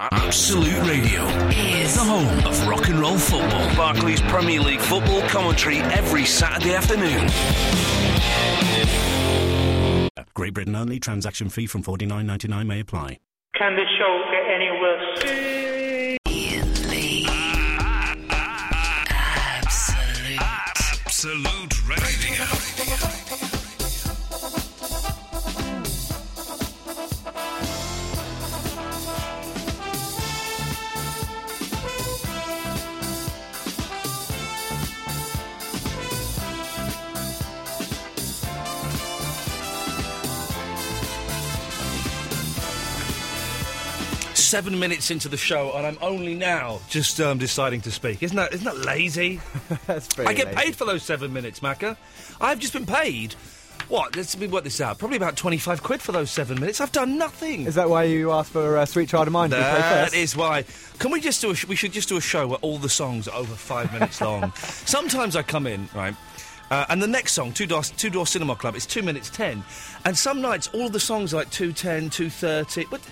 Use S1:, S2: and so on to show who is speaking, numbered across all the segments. S1: Absolute Radio,
S2: is
S1: the home of rock and roll football. Barclays Premier League football commentary every Saturday afternoon.
S3: Great Britain only. Transaction fee from forty nine ninety nine may apply.
S4: Can this show get any worse?
S2: Ian Lee. Absolute.
S1: Absolute Radio. Seven minutes into the show, and I'm only now just um, deciding to speak. Isn't that isn't that lazy?
S5: That's pretty
S1: I get
S5: amazing.
S1: paid for those seven minutes, Macca. I've just been paid. What? Let's be what this out. Probably about twenty-five quid for those seven minutes. I've done nothing.
S5: Is that why you asked for uh, Sweet Child of Mine to be played
S1: That
S5: first?
S1: is why. Can we just do a? Sh- we should just do a show where all the songs are over five minutes long. Sometimes I come in right, uh, and the next song, Two Door Two Door Cinema Club, is two minutes ten, and some nights all the songs are like two ten, two thirty. What? What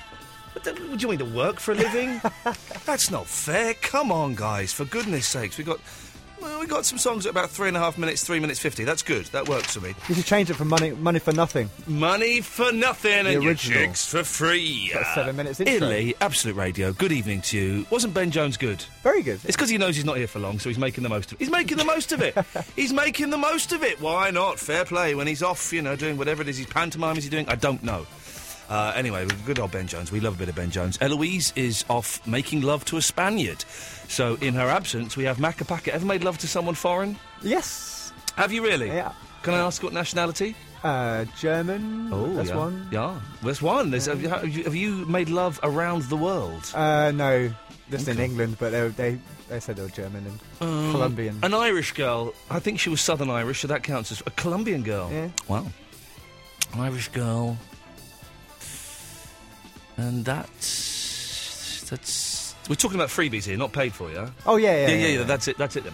S1: the- what do you mean to work for a living? That's not fair. Come on, guys, for goodness sakes, we got. Well, we got some songs at about three and a half minutes, three minutes fifty. That's good. That works for me.
S5: You should change it from Money Money for Nothing.
S1: Money for nothing and your
S5: original.
S1: chicks for free.
S5: That's seven minutes intro.
S1: Italy, Absolute Radio. Good evening to you. Wasn't Ben Jones good?
S5: Very good.
S1: It's because he knows he's not here for long, so he's making the most. Of, he's making the most of it. he's making the most of it. Why not? Fair play. When he's off, you know, doing whatever it is, he's pantomime. Is he doing? I don't know. Uh, anyway, good old Ben Jones. We love a bit of Ben Jones. Eloise is off making love to a Spaniard. So, in her absence, we have Macapaca. Ever made love to someone foreign?
S5: yes.
S1: Have you really?
S5: Yeah.
S1: Can I ask what nationality? Oh,
S5: Uh, German. that's
S1: yeah.
S5: one.
S1: Yeah, that's one. There's, have, you, have you made love around the world?
S5: Uh, no, just in England, but they, were- they they said they were German and Colombian.
S1: Um, An Irish girl. I think she was Southern Irish, so that counts as a Colombian girl.
S5: Yeah.
S1: Wow. An Irish girl. And that's that's. We're talking about freebies here, not paid for, yeah.
S5: oh yeah, yeah,
S1: yeah, yeah, yeah, That's it. That's it. Then.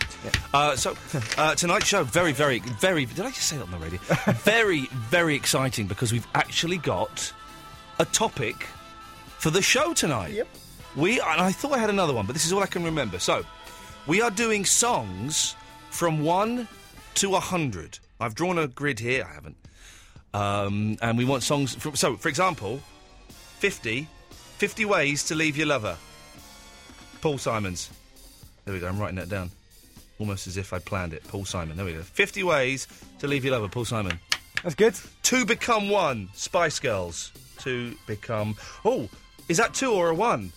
S1: Uh, so uh, tonight's show very, very, very. Did I just say that on the radio? very, very exciting because we've actually got a topic for the show tonight.
S5: Yep.
S1: We and I thought I had another one, but this is all I can remember. So we are doing songs from one to a hundred. I've drawn a grid here. I haven't. Um, and we want songs. From, so, for example, 50, 50 ways to leave your lover. Paul Simons. There we go. I'm writing that down. Almost as if I planned it. Paul Simon. There we go. 50 ways to leave your lover. Paul Simon.
S5: That's good.
S1: Two become one. Spice Girls. Two become. Oh, is that two or a one?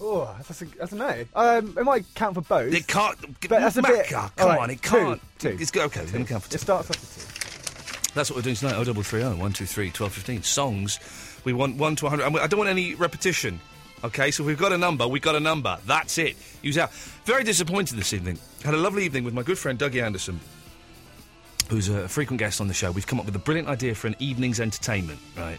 S5: Oh, that's a, that's a no. Um, it might count for both.
S1: It can't.
S5: But that's a bit-
S1: Macca,
S5: all
S1: Come
S5: right,
S1: on, it
S5: two,
S1: can't.
S5: two.
S1: It's go- okay. It's going to count for two.
S5: It starts off with
S1: That's what we're doing tonight. O double three O one two three twelve fifteen songs. We want one to hundred. I don't want any repetition. Okay, so if we've got a number. We've got a number. That's it. Use out. Very disappointed this evening. Had a lovely evening with my good friend Dougie Anderson, who's a frequent guest on the show. We've come up with a brilliant idea for an evening's entertainment, right?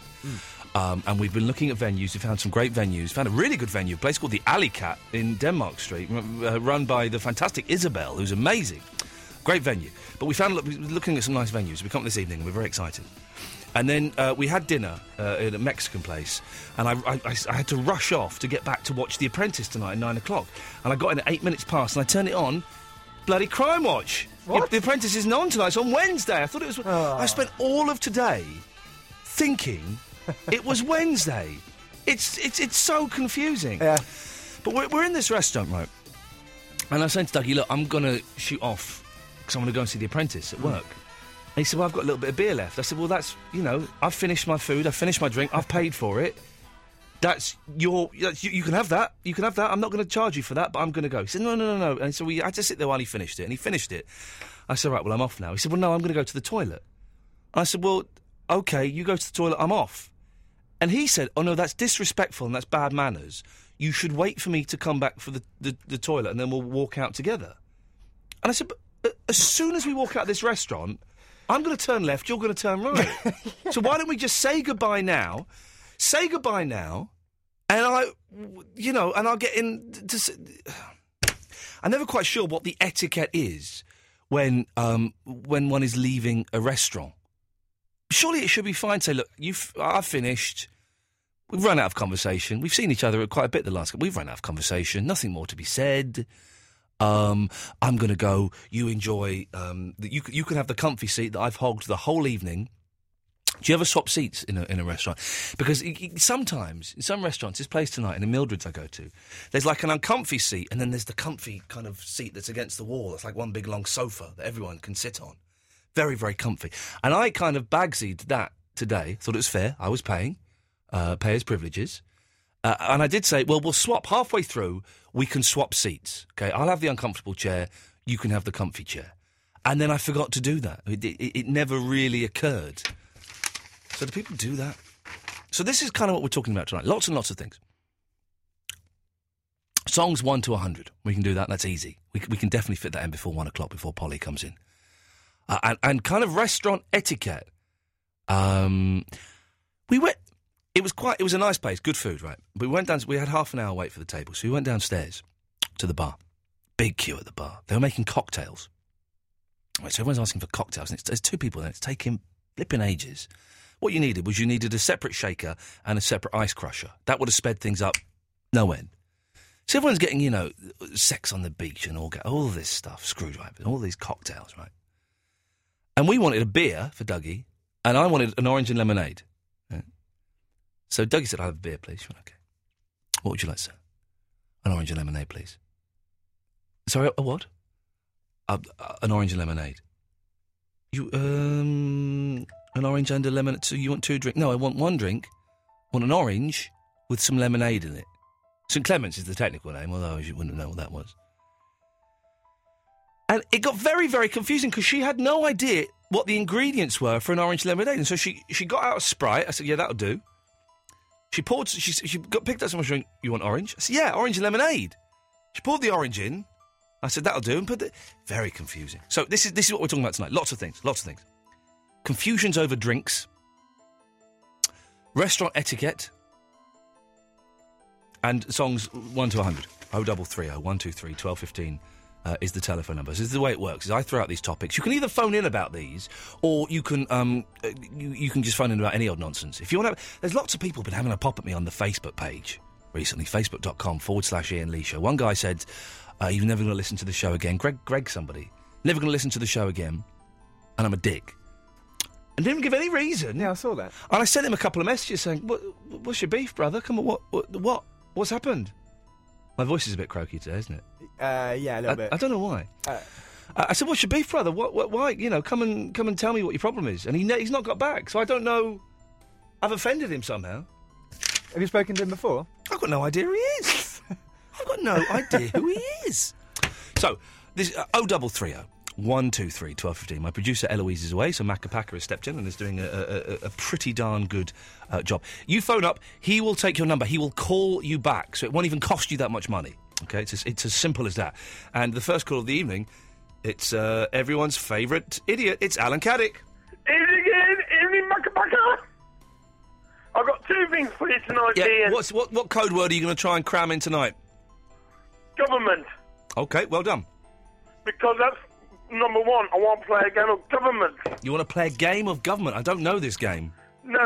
S1: Um, and we've been looking at venues. We found some great venues. Found a really good venue, a place called the Alley Cat in Denmark Street, r- uh, run by the fantastic Isabel, who's amazing. Great venue. But we found, look, we were looking at some nice venues. We come up this evening, we're very excited. And then uh, we had dinner uh, in a Mexican place, and I, I- I s- I had to rush off to get back to watch The Apprentice tonight at nine o'clock. And I got in at eight minutes past, and I turned it on. Bloody Crime Watch!
S5: What? Ah.
S1: The Apprentice isn't on tonight. It's on Wednesday. I thought it was. I spent all of today thinking it was Wednesday. It's it's it's so confusing.
S5: two. Yeah.
S1: But we're, we're in this restaurant, right? And I said to Dougie, look, I'm going to shoot off because I'm going to go and see The Apprentice at work. And he said, well, I've got a little bit of beer left. I said, well, that's, you know, I've finished my food, I've finished my drink, I've paid for it. That's your, that's, you, you can have that, you can have that. I'm not going to charge you for that, but I'm going to go. He said, no, no, no, no. And so we had to sit there while he finished it, and he finished it. I said, right, well, I'm off now. He said, well, no, I'm going to go to the toilet. I said, well, okay, you go to the toilet, I'm off. And he said, Oh no, that's disrespectful and that's bad manners. You should wait for me to come back for the, the, the toilet and then we'll walk out together. And I said, But uh, as soon as we walk out of this restaurant, I'm going to turn left, you're going to turn right. So why don't we just say goodbye now? Say goodbye now, and I, w- you know, and I'll get in. To, s- I'm never quite sure what the etiquette is when um, when one is leaving a restaurant. Surely it should be fine. to Say, look, you've I've finished. We've run out of conversation. We've seen each other quite a bit the last. We've run out of conversation. Nothing more to be said. Um, I'm going to go. You enjoy. Um, the, you c- you can have the comfy seat that I've hogged the whole evening. Do you ever swap seats in a, in a restaurant? Because y- y- sometimes in some restaurants, this place tonight in the Mildreds I go to, there's like an uncomfy seat, and then there's the comfy kind of seat that's against the wall. It's like one big long sofa that everyone can sit on, very very comfy. And I kind of bagsied that today. Thought it was fair. I was paying, uh, payers privileges. Uh, and I did say, well, we'll swap halfway through. We can swap seats. Okay, I'll have the uncomfortable chair. You can have the comfy chair. And then I forgot to do that. It, it, it never really occurred. So do people do that? So this is kind of what we're talking about tonight. Lots and lots of things. Songs one to hundred. We can do that. That's easy. We, c- we can definitely fit that in before one o'clock. Before Polly comes in, uh, and, and kind of restaurant etiquette. Um, we went. It was quite. It was a nice place. Good food, right? But we went down. We had half an hour wait for the table, so we went downstairs to the bar. Big queue at the bar. They were making cocktails. Right, so everyone's asking for cocktails, and it's, there's two people there. It's taking flipping ages. What you needed was you needed a separate shaker and a separate ice crusher. That would have sped things up no end. So everyone's getting, you know, sex on the beach and all, all this stuff, screwdrivers, all these cocktails, right? And we wanted a beer for Dougie, and I wanted an orange and lemonade. right? So Dougie said, I'll have a beer, please. She went, okay. What would you like, sir? An orange and lemonade, please. Sorry, a what? A, a- an orange and lemonade. You, um, an orange and a lemon. So you want two drink? No, I want one drink. I want an orange with some lemonade in it. St. Clements is the technical name, although you wouldn't know what that was. And it got very, very confusing because she had no idea what the ingredients were for an orange lemonade. And so she, she got out a Sprite. I said, yeah, that'll do. She poured, she, she got, picked up someone's drink. You want orange? I said, yeah, orange lemonade. She poured the orange in. I said, that'll do. And put the, very confusing. So this is, this is what we're talking about tonight. Lots of things, lots of things. Confusions over drinks. Restaurant etiquette. And songs 1 to Oh, 100. 0330 123 1215 uh, is the telephone number. So this is the way it works. Is I throw out these topics. You can either phone in about these, or you can um, uh, you, you can just phone in about any old nonsense. If you want to, there's lots of people been having a pop at me on the Facebook page recently. Facebook.com forward slash Ian Lee Show. One guy said, uh, "You're never going to listen to the show again." Greg, Greg, somebody, never going to listen to the show again, and I'm a dick. And didn't give any reason. Yeah, I saw that. And I sent him a couple of messages saying, "What? What's your beef, brother? Come on, what? What? what what's happened?" My voice is a bit croaky today, isn't it?
S5: Uh, yeah, a little
S1: I,
S5: bit.
S1: I don't know why.
S5: Uh,
S1: I I said, "What's your beef, brother? What, what, why? You know, come and come and tell me what your problem is." And he ne- he's not got back, so I don't know. I've offended him somehow. Have you spoken to him before? I've got no idea who he is. I've got no idea who he is. So this O double three O. One, two, three, twelve, fifteen. My producer Eloise is away, so Macapaca has stepped in and is doing a, a, a- a pretty darn good uh, job. You phone up, he will take your number, he will call you back, so it won't even cost you that much money. Okay, it's as, it's as simple as that. And the first call of the evening, it's uh, everyone's favourite idiot. It's Alan Caddick.
S6: Evening, Ian. Evening, Muckabucka. I've got two things for you tonight,
S1: Yeah.
S6: Ian.
S1: What's what? What code word are you going to try and cram in tonight?
S6: Government,
S1: Okay, well done.
S6: because that's number one. I want to play a game of government.
S1: You want to play a game of government? I don't know this game.
S6: No,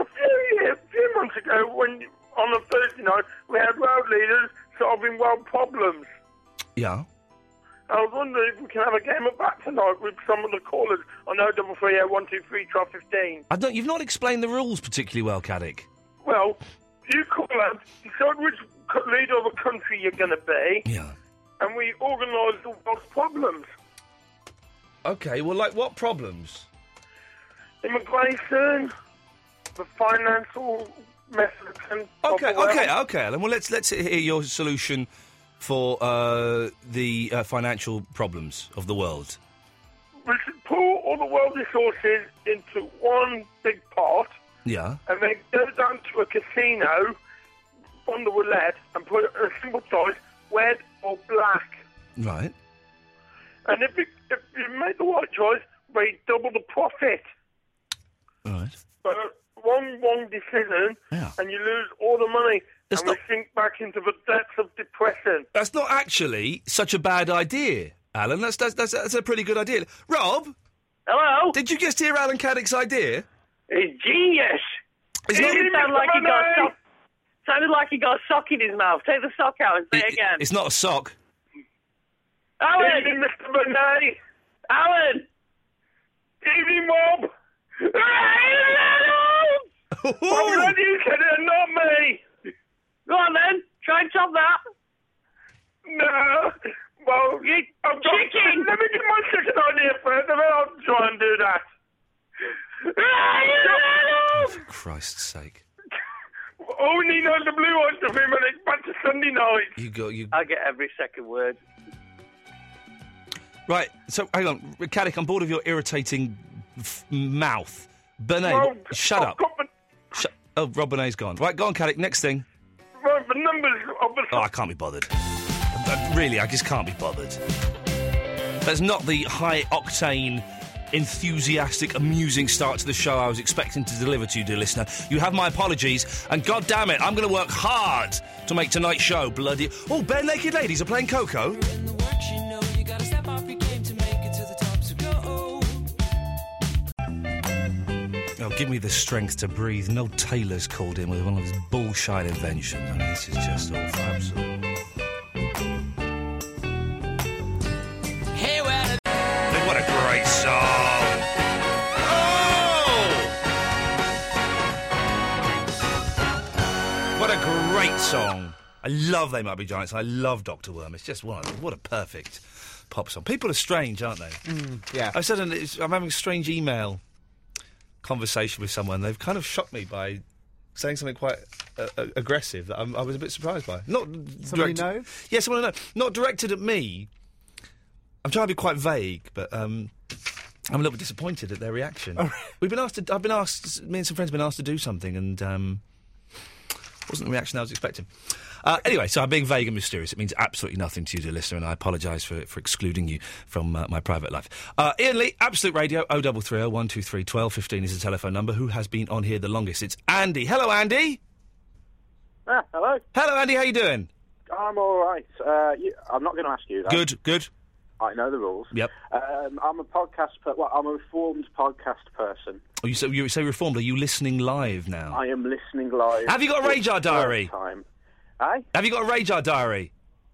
S6: a few years, a few months ago, when on a Thursday night, we had world leaders solving world problems.
S1: Yeah.
S6: I was wondering if we can have a game of that tonight with some of the callers on 0330 123 15.
S1: I don't. You've not explained the rules particularly well, Caddick.
S6: Well, you call up, decide which co- leader of a country you're going to be.
S1: Yeah.
S6: And we organise the world's problems.
S1: Okay. Well, like what problems?
S6: Immigration, the financial mess of the country.
S1: Okay, okay, okay, Alan. Well, let's let's hear your solution for uh, the uh, financial problems of the world.
S6: We should pull all the world resources into one big pot
S1: Yeah.
S6: and then go down to a casino on the roulette and put a single choice, red or black.
S1: Right.
S6: And if you, if you make the right choice, made double the profit.
S1: All right.
S6: But one wrong decision,
S1: Yeah.
S6: and you lose all the money,
S1: It's
S6: and
S1: not-
S6: we sink back into the depths of depression.
S1: That's not actually such a bad idea, Alan. That's that's that's, that's a pretty good idea. Rob,
S6: hello.
S1: Did you just hear Alan Caddick's idea?
S6: He's genius.
S1: It's
S7: It
S1: not-
S7: didn't sound like he got a sock. Sounded like he got a sock in his mouth. Take the sock out and say it again.
S1: It's not a sock.
S7: Alan,
S6: Evening, Mr. Monet.
S7: Alan,
S6: Evening, Rob. I'm glad you said it, and not me.
S7: go on then. Try and top that.
S6: No. Well, you I've got,
S7: chicken.
S6: Let me get my second idea first, and then I'll try and do that.
S1: For Christ's sake.
S6: All we need is the blue eyes of him, and it's back to Sunday night.
S1: You go you
S7: I get every second word.
S1: Right, so hang on. Caddick, I'm bored of your irritating f- mouth. Benet,
S6: Well,
S1: what- shut
S6: I've
S1: up.
S6: got the,
S1: Shut- oh, Rob Benet's gone. Right, go on, Caddick. Next thing.
S6: well, the numbers of the
S1: Oh, I can't be bothered. Uh, really, I just can't be bothered. That's not the high octane, enthusiastic, amusing start to the show I was expecting to deliver to you, dear listener. You have my apologies, and god damn it, I'm going to work hard to make tonight's show bloody. Oh, bare naked ladies are playing Coco. Oh, give me the strength to breathe. Noel Taylor's called in with one of his bullshit inventions. I mean, this is just awful. Absolutely. Hey, what a great song! Oh! What a great song! I love They Might Be Giants. I love Doctor Worm. It's just one. Of, what a perfect pop song. People are strange, aren't they?
S5: Mm, Yeah.
S1: I said, an- it's- I'm having a strange email conversation with someone. They've kind of shocked me by saying something quite uh, uh, aggressive that I'm, I was a bit surprised by. Not
S5: Somebody
S1: directed,
S5: know?
S1: Yeah, someone I know. Not directed at me. I'm trying to be quite vague, but um, I'm a little bit disappointed at their reaction.
S5: Oh,
S1: We've been asked. To, I've been asked. Me and some friends have been asked to do something, and um, wasn't the reaction I was expecting. Uh, anyway, so I'm being vague and mysterious. It means absolutely nothing to you, dear listener, and I apologise for, for excluding you from uh, my private life. Uh, Ian Lee, Absolute Radio, 0330 123 1215 is the telephone number. Who has been on here the longest? It's Andy. Hello, Andy.
S8: Ah, hello.
S1: Hello, Andy. How you doing?
S8: I'm all right. Uh, you, I'm not going to ask you that.
S1: Good, good.
S8: I know the rules.
S1: Yep.
S8: Um, I'm a podcast. Per- well, I'm a reformed podcast person.
S1: Oh, you say you say reformed. Are you listening live now?
S8: I am listening live.
S1: Oh. Have you got a radar
S8: It's about
S1: diary?
S8: Time. Aye.
S1: Have you got a radar diary?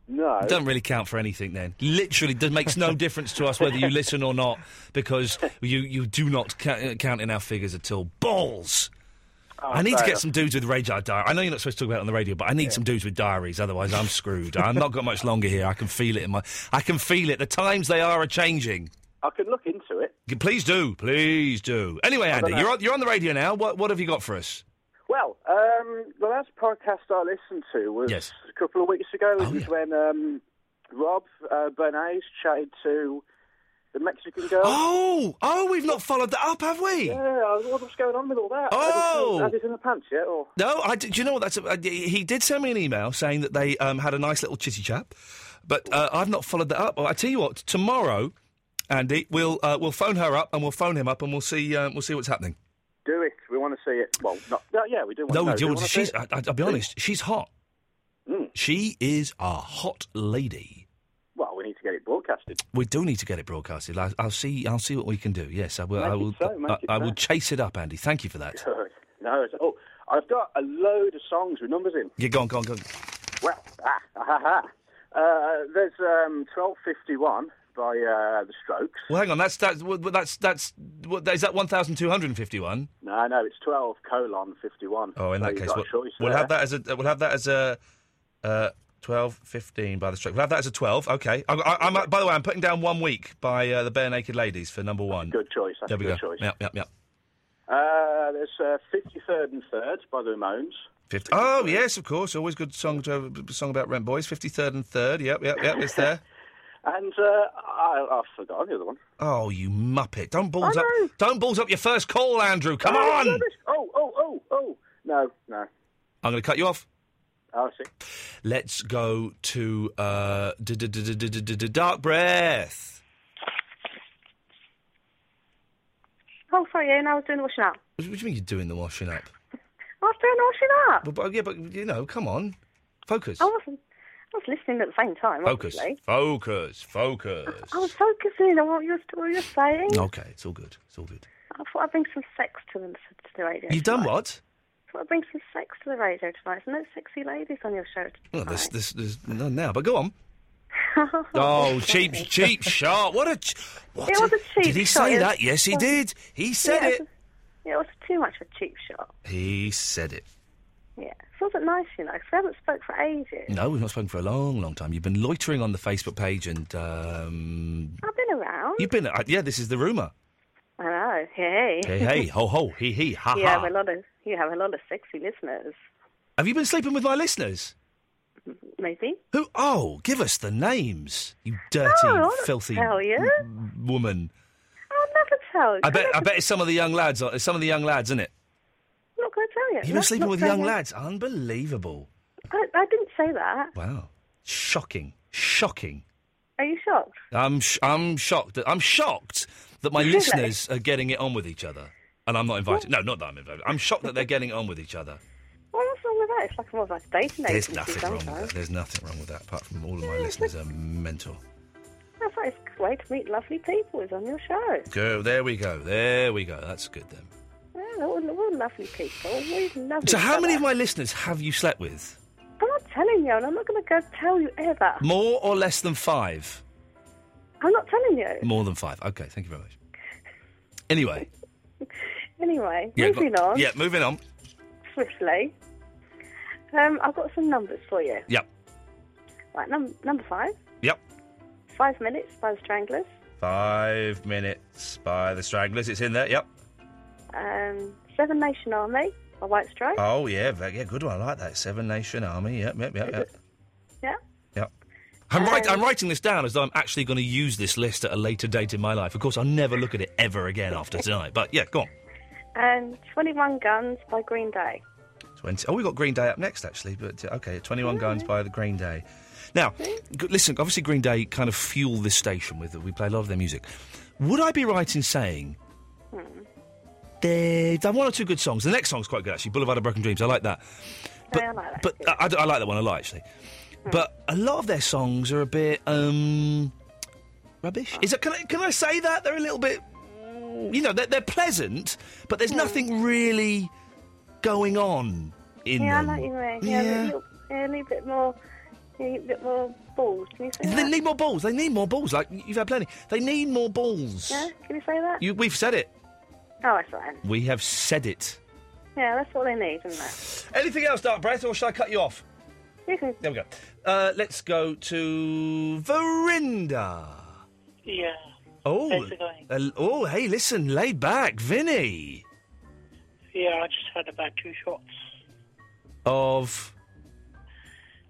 S8: No.
S1: Doesn't really count for anything then. Literally, it makes no difference to us whether you listen or not because you, you do not ca- uh, count in our figures at all. Balls! I need to
S8: Oh, fair
S1: get
S8: enough.
S1: some dudes with radar diary. I know you're not supposed to talk about it on the radio, but I need some dudes with diaries. Otherwise, I'm screwed. I've not got much longer here. I can feel it in my. I can feel it. The times they are a changing.
S8: I could look into it.
S1: Please do, please do. Anyway, Andy,
S8: know.
S1: you're on, you're on the radio now. What what have you got for us?
S8: Well, um, the last podcast I listened to was
S1: Yes.
S8: a couple of weeks ago. It
S1: Oh,
S8: was
S1: yeah.
S8: when um, Rob uh, Bernays chatted to the Mexican girl.
S1: Oh, oh, we've not followed that up, have we?
S8: Yeah, I- what was going on with all that?
S1: Oh!
S8: Has it in the pants yet? Or
S1: No, I d- do you know what? That's a, uh, he did send me an email saying that they um, had a nice little chitty chat, but uh, I've not followed that up. Well, I tell you what, tomorrow, Andy, we'll uh, we'll phone her up and we'll phone him up and we'll see um, we'll see what's happening.
S8: Do it. We want to see it. Well, not, no, yeah, we do want
S1: No,
S8: to know. Hmm.
S1: we do
S8: We
S1: want to-
S8: wanna see
S1: she's.
S8: it.
S1: I, I- I'll be honest, she's hot. She is a hot lady.
S8: Well, we need to get it broadcasted.
S1: We do need to get it broadcasted. I, I'll see. I'll see what we can do. Yes, I will.
S8: Make
S1: I
S8: it
S1: will.
S8: so, make
S1: I,
S8: it
S1: I
S8: so.
S1: will chase it up, Andy. Thank you for that.
S8: no, it's, oh, I've got a load of songs with numbers in.
S1: Yeah, go on, go on, go on.
S8: Well, ah, ah, ah, ah. Uh, there's um, 1251 by uh, The Strokes.
S1: Well, hang on. That's that's well, that's that's what, is that one thousand two hundred and fifty-one.
S8: No, no, it's 12 colon 51.
S1: Oh, in
S8: So
S1: that
S8: you've
S1: case,
S8: got a
S1: we'll,
S8: choice
S1: we'll
S8: there.
S1: have that as a we'll have that as a uh, 12, 15 by the stroke. We'll have that as a twelve. Okay. I, I, I'm uh, by the way, I'm putting down one week by uh, the Bare Naked Ladies for number one.
S8: Good choice. That's
S1: There
S8: a
S1: we
S8: good
S1: go.
S8: choice.
S1: Yep, yep, yep.
S8: Uh, there's uh, 53rd and 3rd by The Ramones.
S1: 50. Oh yes, of course. Always good song to have a song about rent boys. Fifty third and third. Yep, yep, yep. It's there.
S8: And uh, I, I've forgotten the other one.
S1: Oh, you muppet! Don't balls
S8: I
S1: up.
S8: know.
S1: Don't balls up your first call, Andrew. Come
S8: Oh,
S1: on!
S8: rubbish. Oh, oh, oh, oh. No, no.
S1: I'm going to cut you off.
S8: Oh, I see.
S1: Let's go to uh, d- d- d- d- d- d- d- Dark Breath.
S9: Oh, sorry, Ian, I was doing the washing up.
S1: What do you mean you're doing the washing up?
S9: I was doing the washing up.
S1: Well, but, yeah, but you know, come on, focus,
S9: I wasn't. I was listening at the same time.
S1: focus,
S9: obviously.
S1: focus, focus.
S9: I was focusing on what you were, what you were saying.
S1: Okay, it's all good. It's all good.
S9: I thought I'd bring some sex to the, to the radio.
S1: You've done what?
S9: I thought I'd bring some sex to the radio tonight. There's no sexy ladies on your show.
S1: Well, there's, there's, there's none now, but go on. Oh, cheap, cheap shot! What a, ch- what
S9: It was a cheap
S1: Did he
S9: shot,
S1: say
S9: it was-
S1: that? Yes, he
S9: it was-
S1: did. He said
S9: Yeah,
S1: it.
S9: was- Yeah, it was too much of a cheap shot.
S1: He said it.
S9: Yeah. It wasn't nice, you know, 'cause we haven't spoke for ages.
S1: No, we've not spoken for a long, long time. You've been loitering on the Facebook page, and um,
S9: I've been around.
S1: you've been. Uh, yeah, this is the rumor.
S9: I know. Hey.
S1: Hey, hey, ho, ho, he, he, ha,
S9: you have
S1: ha.
S9: a lot of you have a lot of sexy listeners.
S1: Have you been sleeping with my listeners?
S9: Maybe.
S1: Who? Oh, give us the names, you dirty,
S9: No, I wouldn't
S1: filthy
S9: tell you.
S1: w- woman.
S9: I'll never tell you.
S1: I bet. I bet it's some of the young lads. It's some of the young lads, isn't it?
S9: I'm not going to tell you.
S1: You've
S9: No,
S1: been sleeping
S9: not
S1: with
S9: going
S1: young
S9: to.
S1: lads. Unbelievable.
S9: I, I didn't say that.
S1: Wow. Shocking. Shocking.
S9: Are you shocked?
S1: I'm sh- I'm shocked. That- I'm shocked that my
S9: Really?
S1: listeners are getting it on with each other, and I'm not invited. No, not that I'm invited. I'm shocked that they're getting it on with each other.
S9: Well, what's wrong with that? It's like more of a dating
S1: There's
S9: agency
S1: nothing wrong
S9: sometimes.
S1: with that. There's nothing wrong with that, apart from all of my listeners are mental.
S9: That's like it's a good way to meet lovely people is on your show.
S1: Go there we go. There we go. That's good then.
S9: Yeah, we're, all- we're all lovely people. We love
S1: So,
S9: each
S1: how
S9: other.
S1: many of my listeners have you slept with?
S9: I'm not telling you, and I'm not going to go tell you ever.
S1: More or less than five?
S9: I'm not telling you.
S1: More than five. Okay, thank you very much. Anyway,
S9: Anyway,
S1: yeah, go-
S9: moving on
S1: Yeah, moving on.
S9: swiftly. Um, I've got some numbers for you.
S1: Yep,
S9: Right, num- number five.
S1: yep.
S9: Five minutes by the Stranglers.
S1: Five minutes by the Stranglers. It's in there. Yep.
S9: Um, Seven Nation Army by White Stripes.
S1: Oh yeah, ve- yeah, good one. I like that. Seven Nation Army. Yep, yep, yep, yep.
S9: Yeah.
S1: yep. I'm, write,
S9: Um,
S1: I'm writing this down as though I'm actually going to use this list at a later date in my life. Of course, I'll never look at it ever again after tonight. But yeah, go on.
S9: And 21 Um, Guns by Green Day.
S1: 20. Oh, we got Green Day up next, actually. But uh, okay,
S9: Oh,
S1: 21 Guns by the Green Day. Now, g- listen. Obviously, Green Day kind of fuel this station with. We play a lot of their music. Would I be right in saying they've done one or two good songs? The next song's quite good, actually. Boulevard of Broken Dreams. I like that. But,
S9: I like that Hmm.
S1: But I, I- I like that one a lot, actually. But a lot of their songs are a bit um, rubbish. Is it? Can I, can I say that they're a little bit? You know, they're, they're pleasant, but there's nothing really going on in
S9: yeah,
S1: them.
S9: I like you, Ray. Yeah,
S1: Yeah.
S9: A, little, yeah, a little bit more, a little bit more balls. Can you say
S1: They
S9: that?
S1: need more balls. They need more balls. Like you've had plenty. They need more balls.
S9: Yeah, can you say that?
S1: You, we've said it.
S9: Oh, that's right.
S1: We have said it.
S9: Yeah, that's what they need, isn't it?
S1: Anything else, Dark Breath, or should I cut you off?
S9: You
S10: Mm-hmm.
S9: can.
S1: There we go. Uh, let's go to Verinda.
S10: Yeah.
S1: Oh,
S10: How's it going?
S1: uh, oh, hey, listen, lay back, Vinny.
S10: Yeah, I just had about two shots.
S1: Of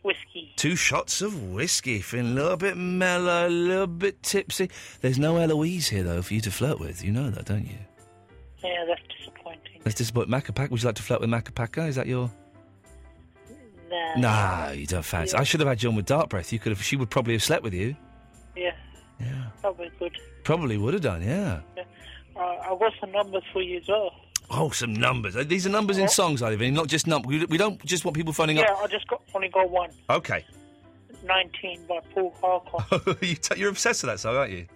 S10: Whiskey.
S1: two shots of whiskey, feeling a little bit mellow, a little bit tipsy. There's no Eloise here though for you to flirt with. You know that, don't you?
S10: Yeah, that's disappointing.
S1: Let's disappoint Macapac. Would you like to flirt with Macapaca? Is that your?
S10: Nah.
S1: No, you don't fancy. I should have had you on with Dark Breath. You could have. She would probably have slept with you.
S10: Yeah.
S1: Yeah.
S10: Probably good.
S1: Probably would have done. Yeah.
S10: Yeah. Uh, I got some numbers for you as well.
S1: Oh, some numbers. Uh, These are numbers in songs, I live in, not just num. We, we don't just want people phoning
S10: yeah,
S1: up.
S10: I just got only got one.
S1: Okay.
S10: 19 by Paul Harcourt.
S1: you t- you're obsessed with that song, aren't you?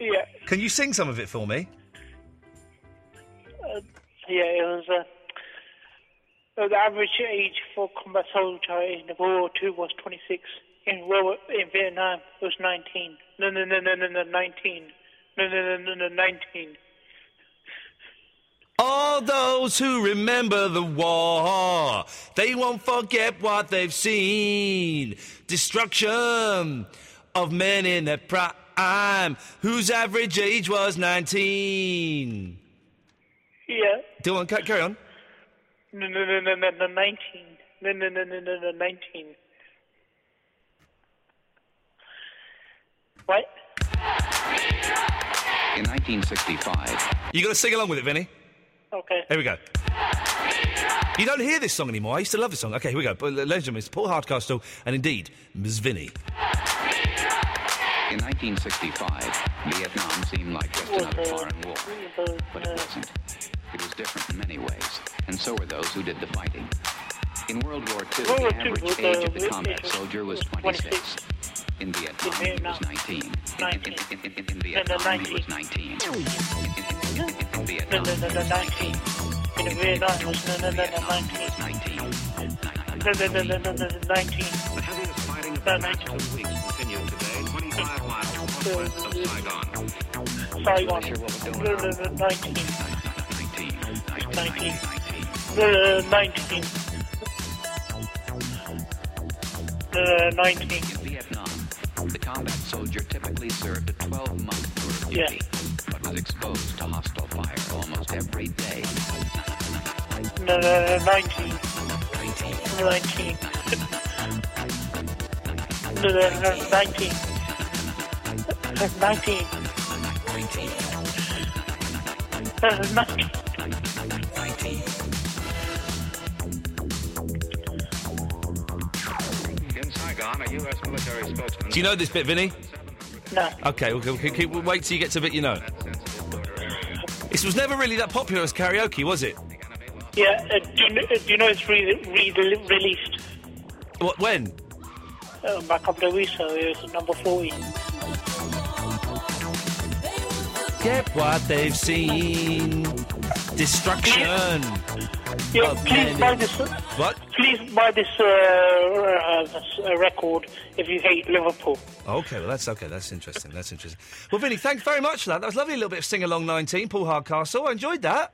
S10: yeah.
S1: Can you sing some of it for me?
S10: Uh, yeah, it was. Uh, uh, the average age for combat soldier in World War Two was 26. In World War- in Vietnam, it was 19. No, no, no, no, no, no, 19. No, no, no, no, no, 19.
S1: All those who remember the war, they won't forget what they've seen. Destruction of men in their prime, whose average age was 19.
S10: Yeah.
S1: Do you want, carry on.
S10: No, no, no, no, no, no, 19. No, no, no, no, no, no, 19. What?
S11: In 1965.
S1: You got to sing along with it, Vinny.
S10: Okay.
S1: Here we go. You don't hear this song anymore. I used to love this song. Okay, here we go. Legend, Mr. Paul Hardcastle, and indeed, Ms. Vinny.
S11: In 1965, Vietnam seemed like just another foreign war. But it wasn't. It was different in many ways, and so were those who did the fighting. In World War II,
S10: World War
S11: the
S10: II was,
S11: average
S10: uh,
S11: age of the
S10: British
S11: combat soldier was 26. In Vietnam, he was 19. In- in- in- in- in- In Vietnam, he was 19. In Vietnam, he was 19.
S10: In Vietnam, he was 19. 19.
S11: But heavy fighting of the national weeks continued today, 25 miles northwest of Saigon.
S10: Saigon.
S11: Sure what was going on.
S10: 19. 19. 19. 19. Uh, 19.
S11: In Vietnam, the combat soldier typically served a 12 month tour of
S10: Yeah.
S11: duty, but was exposed to hostile fire almost every day.
S10: No, no, no, 19. 19. No, no, no, 19. 19. Uh, 19.
S11: In Saigon, a U.S. military spokesman.
S1: Do you know this bit, Vinny?
S10: No.
S1: Okay, we'll, we keep, we'll wait till you get to the bit you know. This was never really that popular as karaoke, was it?
S10: Yeah, uh, do, you, kn- uh, do you know it's re- re- released
S1: What, when?
S10: uh, by a couple of weeks ago? It was number 40.
S1: Get what they've seen. Destruction.
S10: Yeah, please buy this. uh,
S1: What?
S10: Please buy this uh, uh, this, uh, record if you hate Liverpool.
S1: Okay, well that's okay. That's interesting. That's interesting. Well, Vinny, thanks very much for that. That was lovely. A little bit of sing along nineteen. Paul Hardcastle. I enjoyed that.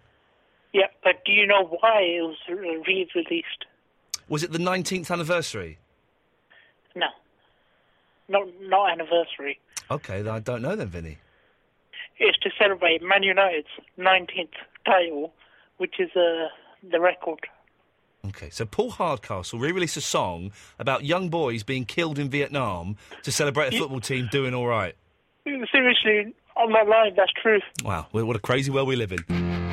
S10: Yeah, but do you know why it was uh, re-released?
S1: Was it the nineteenth anniversary?
S10: No, not not anniversary.
S1: Okay, then I don't know then, Vinny.
S10: It's to celebrate Man United's 19th title, which is uh, the record.
S1: Okay, so Paul Hardcastle re-released a song about young boys being killed in Vietnam to celebrate a
S10: Ye-
S1: football team doing all right.
S10: Seriously, I'm not lying. That's truth.
S1: Wow, wh- what a crazy world we live in.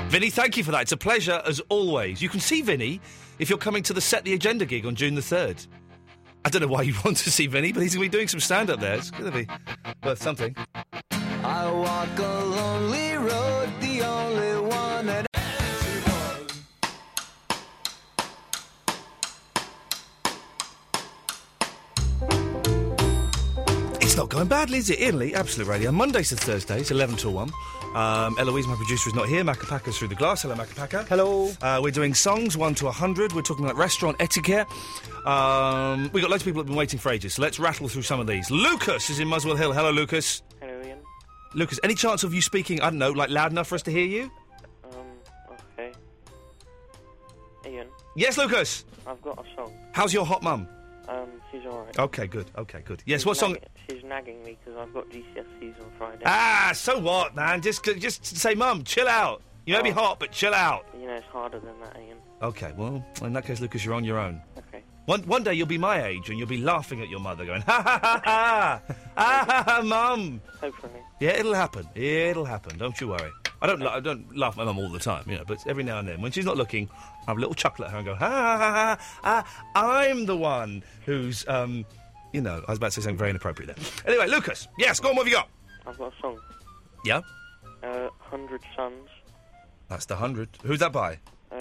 S1: Vinny, thank you for that. It's a pleasure as always. You can see Vinny if you're coming to the Set the Agenda gig on June the 3rd. I don't know why you'd want to see Vinny, but he's going to be doing some stand up there. It's going to be worth something.
S12: I walk a lonely road, the only one that.
S1: It's not going badly, is it? Italy, Absolute Radio. Mondays to Thursdays, 11 till 1. Um, Eloise, my producer, is not here. Macapaka's through the glass. Hello, Macapaka. Hello. Uh, we're doing songs, 1 to 100. We're talking about restaurant etiquette. Um, we've got loads of people who have been waiting for ages, so let's rattle through some of these. Lucas is in Muswell Hill. Hello, Lucas.
S13: Hello, Ian.
S1: Lucas, any chance of you speaking, I don't know, like loud enough for us to hear you?
S13: Um, okay. Ian,
S1: Yes, Lucas.
S13: I've got a song.
S1: How's your hot mum?
S13: Um, she's alright.
S1: Okay, good. Okay, good. Yes,
S13: She's
S1: what song?
S13: nagging- She's nagging me because I've got GCSEs on Friday.
S1: Ah, so what, man? Just just say, mum, chill out. You
S13: Oh.
S1: may be hot, but chill out.
S13: You know, it's harder than that, Ian.
S1: Okay, well, in that case, Lucas, you're on your own.
S13: Okay.
S1: One, one day you'll be my age and you'll be laughing at your mother going, ha ha ha ha, ah ha ha, mum.
S13: Hopefully.
S1: Yeah, it'll happen. It'll happen. Don't you worry. I don't, la- I don't laugh at my mum all the time, you know, but every now and then, when she's not looking, I have a little chuckle at her and go, ha ha ha ha, ah, I'm the one who's, um, you know, I was about to say something very inappropriate there. Anyway, Lucas, yes, go on, what have you got?
S13: I've got a song.
S1: Yeah,
S13: Uh, Hundred Suns.
S1: that's the 100. Who's that by?
S13: Uh,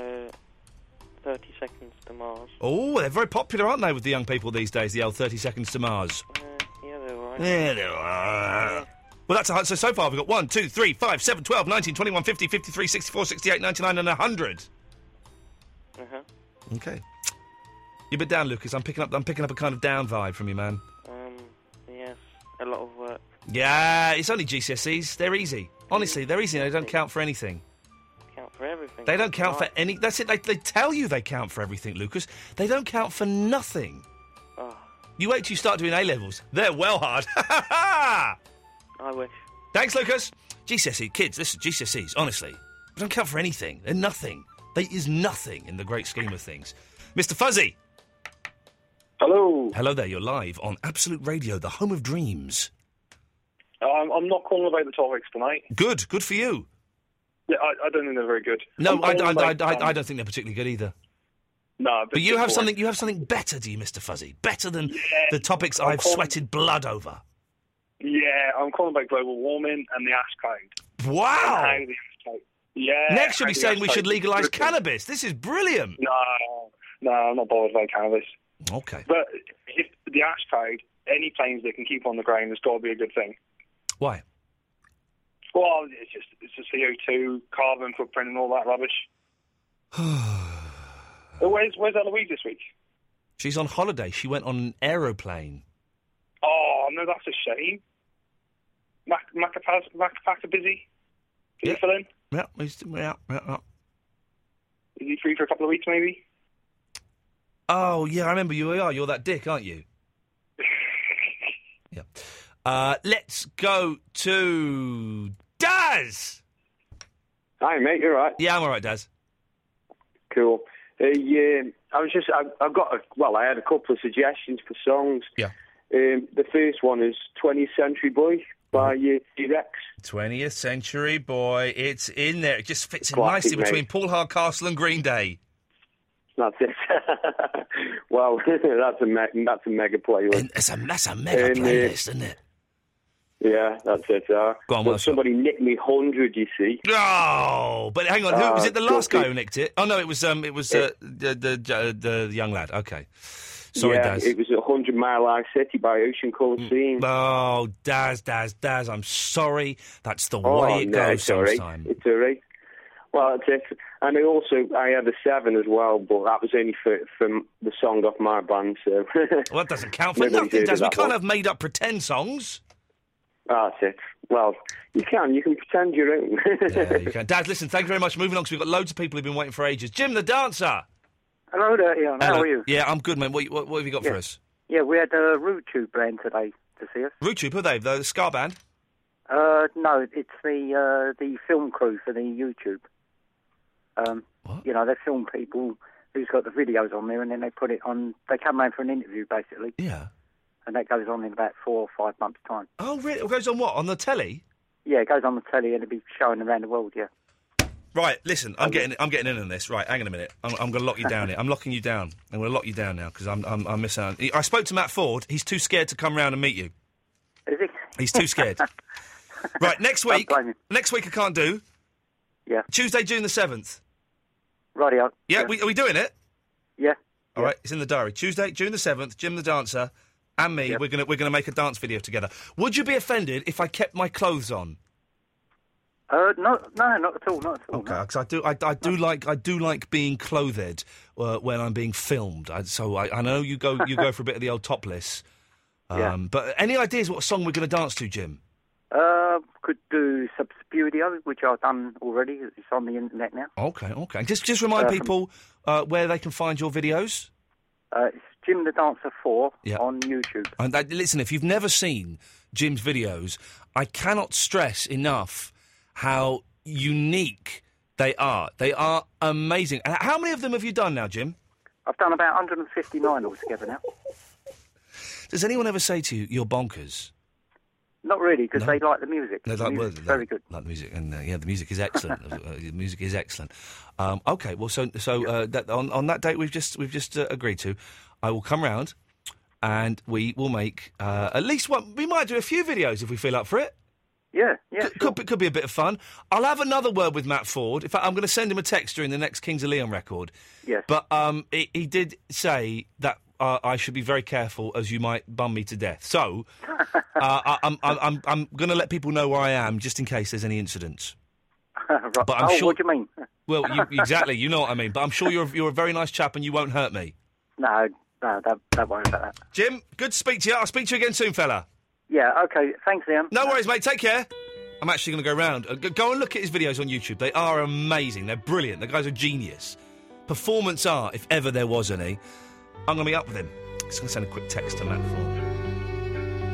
S13: Thirty Seconds to Mars.
S1: Oh, they're very popular, aren't they, with the young people these days, the old 30 Seconds to Mars.
S13: Uh, yeah, they're alright.
S1: There they are. Well, that's a, hun- so, so far we've got 1, 2, 3, 5, 7, 12, 19, 21, 50, 53, 64, 68, 99 and 100.
S13: Uh huh.
S1: Okay. You're a bit down, Lucas. I'm picking up. I'm picking up a kind of down vibe from you, man.
S13: Um, yes, a lot of work.
S1: Yeah, it's only GCSEs. They're easy. Honestly, they're easy. They don't count for anything.
S13: Count for everything.
S1: They don't count for
S13: Right.
S1: any. That's it. They, they tell you they count for everything, Lucas. They don't count for nothing.
S13: Oh,
S1: You wait till you start doing A levels. They're well hard.
S13: I wish.
S1: Thanks, Lucas. GCSE E, kids, listen, GCSEs. Honestly, they don't count for anything. They're nothing. They is nothing in the great scheme of things. Mr. Fuzzy.
S14: Hello.
S1: Hello there. You're live on Absolute Radio, the home of dreams.
S14: Um, I'm not calling about the topics tonight.
S1: Good. Good for you.
S14: Yeah, I, I don't think they're very good.
S1: No,
S14: I'm
S1: I,
S14: calling
S1: I, I,
S14: about,
S1: I, I
S14: um,
S1: don't think they're particularly good either.
S14: No,
S1: But you have
S14: boring.
S1: something. You have something better, do you, Mister Fuzzy? Better than the topics
S14: I'm
S1: I've
S14: calling-
S1: sweated blood over.
S14: Yeah, I'm calling about global warming and the ash cloud.
S1: Wow.
S14: And how the ash cloud- Yeah.
S1: Next, you'll be
S14: how the
S1: saying
S14: ash
S1: we
S14: cloud
S1: should
S14: is
S1: legalise
S14: dripping.
S1: cannabis. This is brilliant.
S14: No, no, I'm not bothered about cannabis.
S1: Okay.
S14: But if the ash cloud, any planes they can keep on the ground, it's got to be a good thing.
S1: Why?
S14: Well, it's just it's just CO2, carbon footprint, and all that rubbish. Uh, where's Where's Eloise this week?
S1: She's on holiday. She went on an aeroplane.
S14: Oh no, that's a shame. Mac Macapaz Macapata busy. Can you fill in?
S1: Yeah, he's- yeah, yeah, yeah.
S14: Is he free for a couple of weeks maybe?
S1: Oh yeah, I remember you are. You're that dick, aren't you? yeah. Uh, let's go to Daz.
S15: Hi, mate. You're right.
S1: Yeah, I'm all right, Daz.
S15: Cool. Uh, yeah, I was just. I, I've got. A, well, I had a couple of suggestions for songs.
S1: Yeah.
S15: Um, the first one is 20th Century Boy by
S1: Mm-hmm.
S15: uh, T-Rex.
S1: 20th century boy, it's in there. It just fits in
S15: Classic,
S1: nicely
S15: mate.
S1: between Paul Hardcastle and Green Day.
S15: That's it. well, that's a me- that's a mega playlist. uh,
S1: that's a that's a mega playlist, isn't it?
S15: Yeah, that's it. Uh,
S1: Go
S15: but
S1: on, what else
S15: somebody nicked me hundred. You see.
S1: Oh, but hang on, who was
S15: Uh,
S1: it? The last guy
S15: Duffy.
S1: who nicked it? Oh no, it was um, it was uh, the, the the the young lad. Okay, sorry,
S15: yeah,
S1: Daz. Mm.
S15: It was a hundred mile high city by Ocean Coliseum.
S1: Oh, Daz, Daz, Daz. I'm sorry. That's the
S15: Oh,
S1: way it
S15: no,
S1: goes
S15: it's all right.
S1: sometimes.
S15: It's all right. Well, that's it. And I also I had a seven as well, but that was only for from the song off my band. So
S1: well, that doesn't count for nothing, Daz. We can't have made up pretend songs.
S15: That's it. Ah, Well, you can. You can pretend your own.
S1: There you go. Daz, listen, thank you very much. Moving on, because we've got loads of people who've been waiting for ages. Jim, the dancer.
S16: Hello there, Ian. How
S1: Hello.
S16: are you?
S1: Yeah, I'm good, man. What, what, what have you got for us?
S16: Yeah, we had a Root Tube band today to see us.
S1: Rootube, are they? The Scar Band?
S16: Uh, no, it's the uh, the film crew for the YouTube. Um, You know, they film people who's got the videos on there, and then they put it on. They come round for an interview, basically.
S1: Yeah.
S16: And that goes on in about four or five months' time.
S1: Oh, really? It goes on what? On the telly?
S16: Yeah, it goes on the telly, and it'll be showing around the world. Yeah.
S1: Right, listen, I'm getting I'm getting in on this. Right, hang on a minute. I'm, I'm going to lock you down here. I'm locking you down. I'm going to lock you down now because I'm, I'm, I'm missing out. I spoke to Matt Ford. He's too scared to come round and meet you.
S16: Is he?
S1: He's too scared. right, next week. Next week I can't do.
S16: Yeah.
S1: Tuesday, June the 7th.
S16: Rightio.
S1: Yeah, We, are we doing it?
S16: Yeah.
S1: All right, it's in the diary. Tuesday, June the 7th, Jim the Dancer and me, we're going to we're gonna make a dance video together. Would you be offended if I kept my clothes on?
S16: Uh, no, no, not at all, not at all.
S1: Okay, because Uh, I do, I, I do like, I do like being clothed uh, when I'm being filmed. I, so I, I know you go, you go for a bit of the old topless. Um,
S16: Yeah.
S1: But any ideas what song we're going to dance to, Jim?
S16: Uh, could do Subspudio, which I've done already. It's on the internet now.
S1: Okay, okay. Just, just remind
S16: Um,
S1: people uh, where they can find your videos.
S16: Uh, it's Jim the Dancer 4
S1: Yeah.
S16: on YouTube.
S1: And that, listen, if you've never seen Jim's videos, I cannot stress enough how unique they are. They are amazing. And How many of them have you done now, Jim?
S16: I've done about 159 altogether now.
S1: Does anyone ever say to you, "You're bonkers"?
S16: Not really, because they like the music.
S1: No,
S16: The
S1: like, well,
S16: music's very good.
S1: Like the music, and uh, yeah, the music is excellent. Uh, the music is excellent. Um, okay, well, so so uh, that, on on that date we've just we've just uh, agreed to, I will come round, and we will make uh, at least one. We might do a few videos if we feel up for it.
S16: Yeah, yeah.
S1: Could, could, be, could be a bit of fun. I'll have another word with Matt Ford. In fact, I'm going to send him a text during the next Kings of Leon record.
S16: Yes.
S1: But um, he, he did say that uh, I should be very careful, as you might bum me to death. So uh, I, I'm, I'm, I'm, I'm going to let people know where I am, just in case there's any incidents.
S16: right.
S1: But I'm
S16: oh,
S1: sure-
S16: what do you mean?
S1: Well, you, exactly. You know what I mean. But I'm sure you're you're a very nice chap, and you won't hurt me.
S16: No, no, don't, don't worry about that.
S1: Jim, good to speak to you. I'll speak to you again soon, fella.
S16: Yeah, okay. Thanks, Ian.
S1: No worries, mate. Take care. I'm actually going to go round. Uh, g- Go and look at his videos on YouTube. They are amazing. They're brilliant. The guy's a genius. Performance art, if ever there was any. I'm going to be up with him. Just going to send a quick text to Matt Ford.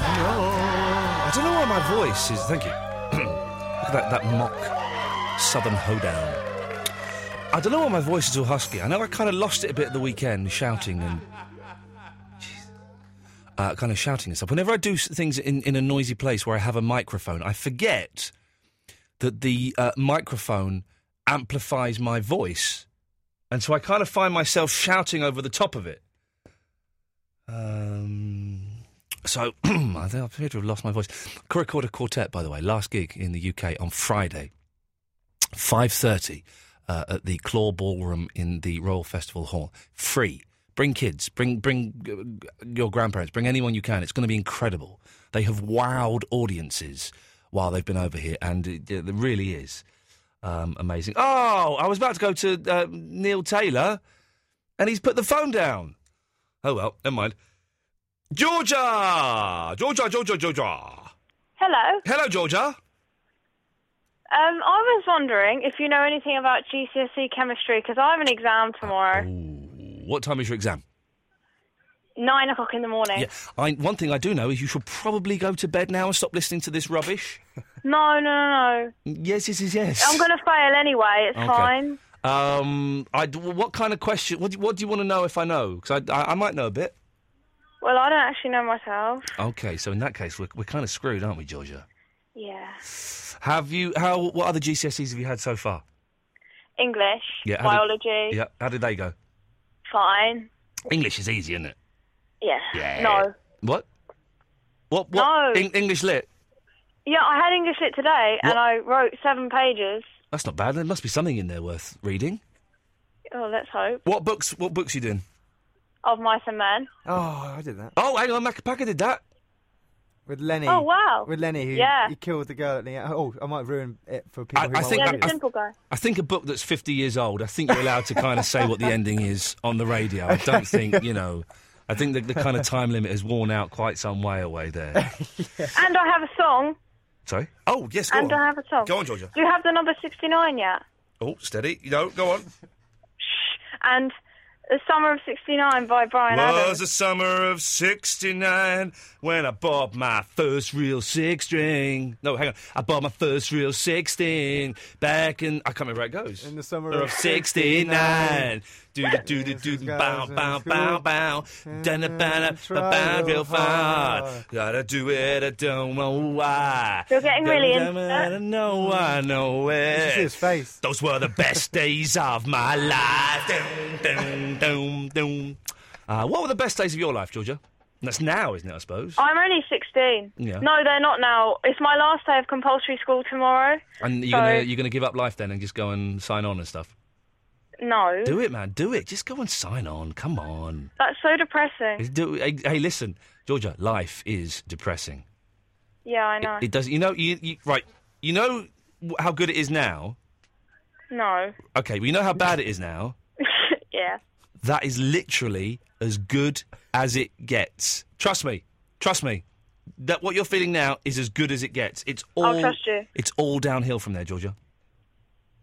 S1: I don't know why my voice is. Thank you. Look at that, that mock southern hoedown. I don't know why my voice is all husky. I know I kind of lost it a bit at the weekend, shouting and uh, kind of shouting and stuff. Whenever I do s- things in, in a noisy place where I have a microphone, I forget that the uh, microphone amplifies my voice And so I kind of find myself shouting over the top of it. Um, so I think I appear to have lost my voice. Cora Corda Quartet, by the way, last gig in the UK on Friday, five thirty uh, at the Claw Ballroom in the Royal Festival Hall. Free. Bring kids. Bring bring uh, your grandparents. Bring anyone you can. It's going to be incredible. They have wowed audiences while they've been over here, and it, it really is um, amazing. Oh, I was about to go to uh, Neil Taylor, and he's put the phone down. Oh well, never mind. Georgia, Georgia, Georgia, Georgia.
S17: Hello.
S1: Hello, Georgia.
S17: Um, I was wondering if you know anything about GCSE E chemistry because I have an exam tomorrow,
S1: Oh. What time is your exam?
S17: nine o'clock in the morning.
S1: Yeah, I, one thing I do know is you should probably go to bed now and stop listening to this rubbish.
S17: No, no, no,
S1: yes, yes, yes,
S17: no.
S1: yes.
S17: I'm gonna fail anyway. It's
S1: Okay.
S17: fine.
S1: Um, I, d- what kind of question? What do, what do you want to know if I know? Because I, I, I might know a bit.
S17: Well, I don't actually know myself.
S1: Okay, so in that case, we're, we're kind of screwed, aren't we, Georgia?
S17: Yeah.
S1: Have you? How? What other GCSEs have you had so far?
S17: English.
S1: how did-
S17: biology.
S1: yeah. How did they go?
S17: Fine.
S1: English is easy, isn't it?
S17: Yeah.
S1: Yeah.
S17: No.
S1: What? What? What? No. English lit.
S17: Yeah, I had English lit today,
S1: What?
S17: and I wrote seven pages.
S1: That's not bad. There must be something in there worth reading.
S17: Oh, let's hope.
S1: What books? What books you doing?
S17: Of mice and men.
S5: Oh, I did that.
S1: Oh, hang on, Macapaca did that.
S5: With Lenny.
S17: Oh, wow.
S5: With Lenny, who
S17: Yeah.
S5: he killed the girl at the Oh, I might ruin it for people
S1: I-
S5: who
S1: I
S5: might
S1: think-
S5: want
S17: yeah,
S5: to
S17: the simple guy.
S1: I think a book that's 50 years old, I think you're allowed to kind of say what the ending is on the radio. I don't think, you know, I think the, the kind of time limit has worn out quite some way away there.
S17: And I have a song.
S1: Sorry? Oh, yes, go
S17: and
S1: on.
S17: I have a song.
S1: Go on, Georgia.
S17: Do you have the number 69 yet?
S1: Oh, steady. No, go on.
S17: And The Summer of 69 by Brian
S1: was
S17: Adams.
S1: the summer of 69 when I bought my first real six string. No, hang on. I bought my first real six string back in. I can't remember how it goes. In the
S5: summer
S1: of
S5: of
S1: 69. Do do do do do bow bow bow bow. Dun da ba da ba ba real far. Gotta do it, I don't know why.
S17: You're getting really
S1: Dun,
S17: into
S1: dun, dun, dun, No, I know it. his
S5: face.
S1: Those were the best days of my life. Dun, dun, dun, dun. Uh, what were the best days of your life, Georgia? And that's now, isn't it? I suppose.
S17: I'm only 16.
S1: Yeah.
S17: No, they're not now. It's my last day of compulsory school tomorrow.
S1: And you're
S17: so-
S1: gonna you're gonna give up life then and just go and sign on and stuff.
S17: No.
S1: Do it, man. Do it. Just go and sign on. Come on.
S17: That's so depressing.
S1: Do, hey, hey, listen, Georgia. Life is depressing.
S17: Yeah, I know.
S1: It does. You know. You, you right. You know w- how good it is now.
S17: no.
S1: Okay. Well, you know how bad it is now.
S17: yeah.
S1: That is literally as good as it gets. Trust me. Trust me. That what you're feeling now is as good as it gets. It's all.
S17: I'll trust you.
S1: It's all downhill from there, Georgia.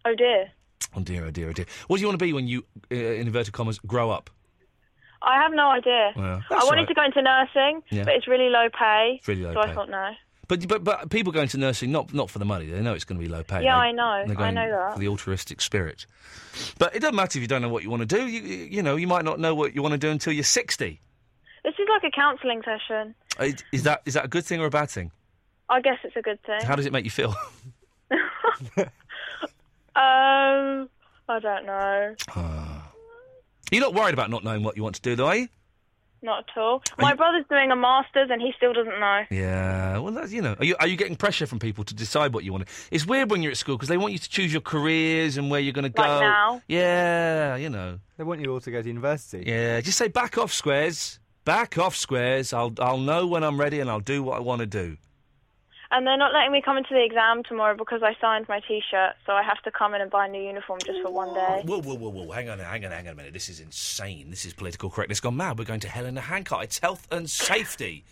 S17: Oh, dear.
S1: Oh dear, oh dear, oh dear. What do you want to be when you, uh, in inverted commas, grow up?
S17: I have no idea.
S1: Yeah,
S17: I
S1: that's
S17: wanted
S1: all
S17: to go into nursing,
S1: Yeah.
S17: but it's really low pay.
S1: It's really low
S17: so
S1: pay.
S17: I thought no.
S1: But, but but people going to nursing not not for the money. They know it's going to be low pay.
S17: Yeah,
S1: They-
S17: I know.
S1: they're
S17: I
S1: going
S17: know that.
S1: For the altruistic spirit. But it doesn't matter if you don't know what you want to do. You you know you might not know what you want to do until you're sixty.
S17: This is like a counselling session.
S1: Uh, Is that is that a good thing or a bad thing?
S17: I guess it's a good thing.
S1: How does it make you feel?
S17: Um, I don't know.
S1: You're not worried about not knowing what you want to do, though, are you?
S17: Not at all. My brother's doing a master's and he still doesn't know.
S1: Yeah. Well, that's, you know, are you are you getting pressure from people to decide what you want? to It's weird when you're at school because they want you to choose your careers and where you're going to go.
S5: Like now?
S1: Yeah. You know.
S5: They want you all to go to university.
S1: Yeah, just say back off, squares. Back off, squares. I'll I'll know when I'm ready and I'll do what I want to do.
S17: And they're not letting me come into the exam tomorrow because I signed my T-shirt, so I have to come in and buy a new uniform just for one day.
S1: Whoa, whoa, whoa, whoa! Hang on, hang on, hang on a minute. This is insane. This is political correctness gone mad. We're going to hell in a handcart. It's health and safety.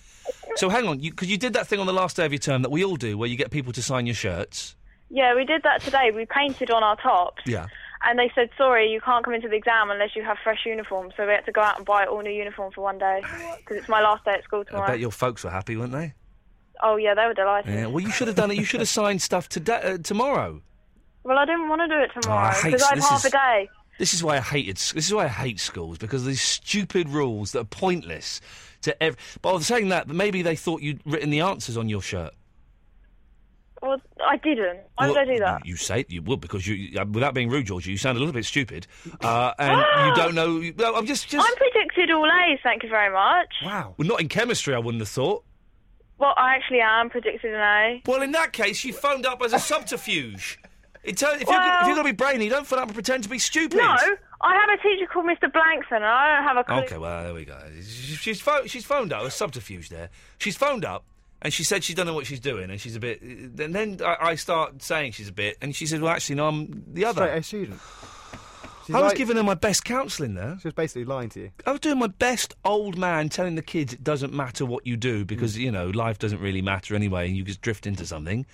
S1: So hang on, because you, did that thing on the last day of your term that we all do, where you get people to sign your shirts.
S17: Yeah, we did that today. We painted on our tops,
S1: Yeah.
S17: and they said, "Sorry, you can't come into the exam unless you have fresh uniforms." So we had to go out and buy all new uniform for one day because it's my last day at
S1: I
S17: school tomorrow.
S1: bet your folks were happy, weren't they?
S17: Oh yeah, they were delighted.
S1: Yeah. Well, you should have done it. You should have signed stuff today, uh, tomorrow.
S17: Well, I didn't want to do it tomorrow
S1: Oh, hate-
S17: because I have
S1: this
S17: half
S1: is-
S17: a day.
S1: This is why I hated. s- This is why I hate schools because of these stupid rules that are pointless to every. But I was saying that maybe they thought you'd written the answers on your shirt.
S17: Well, I didn't. Why
S1: Well,
S17: would I do that?
S1: You say you would because you, uh, without being rude, Georgie, you sound a little bit stupid, uh, and
S17: Ah!
S1: you don't know. you- Well, I'm just, just.
S17: I'm predicted all A's, thank you very much.
S1: Wow. Well, not in chemistry, I wouldn't have thought.
S17: Well, I actually am predicted an A.
S1: Well, in that case, you phoned up as a subterfuge. It turns, if, you're, gonna- if
S17: Well-
S1: you're going to be brainy, don't phone up and pretend to be stupid.
S17: No, I have a teacher called Mr. Blankson, and I don't have a clue.
S1: Okay, well, there we go. She's she's, pho- she's phoned up, a subterfuge there. She's phoned up, and she said she doesn't know what she's doing, and she's a bit. And then I, I start saying she's a bit, and she said, well, actually, no, I'm the other.
S5: Straight A student. She's
S1: I was
S5: like-
S1: giving her my best counselling there.
S5: She was basically lying to you.
S1: I was doing my best old man telling the kids it doesn't matter what you do because,
S5: Mm.
S1: you know, life doesn't really matter anyway and you just drift into something.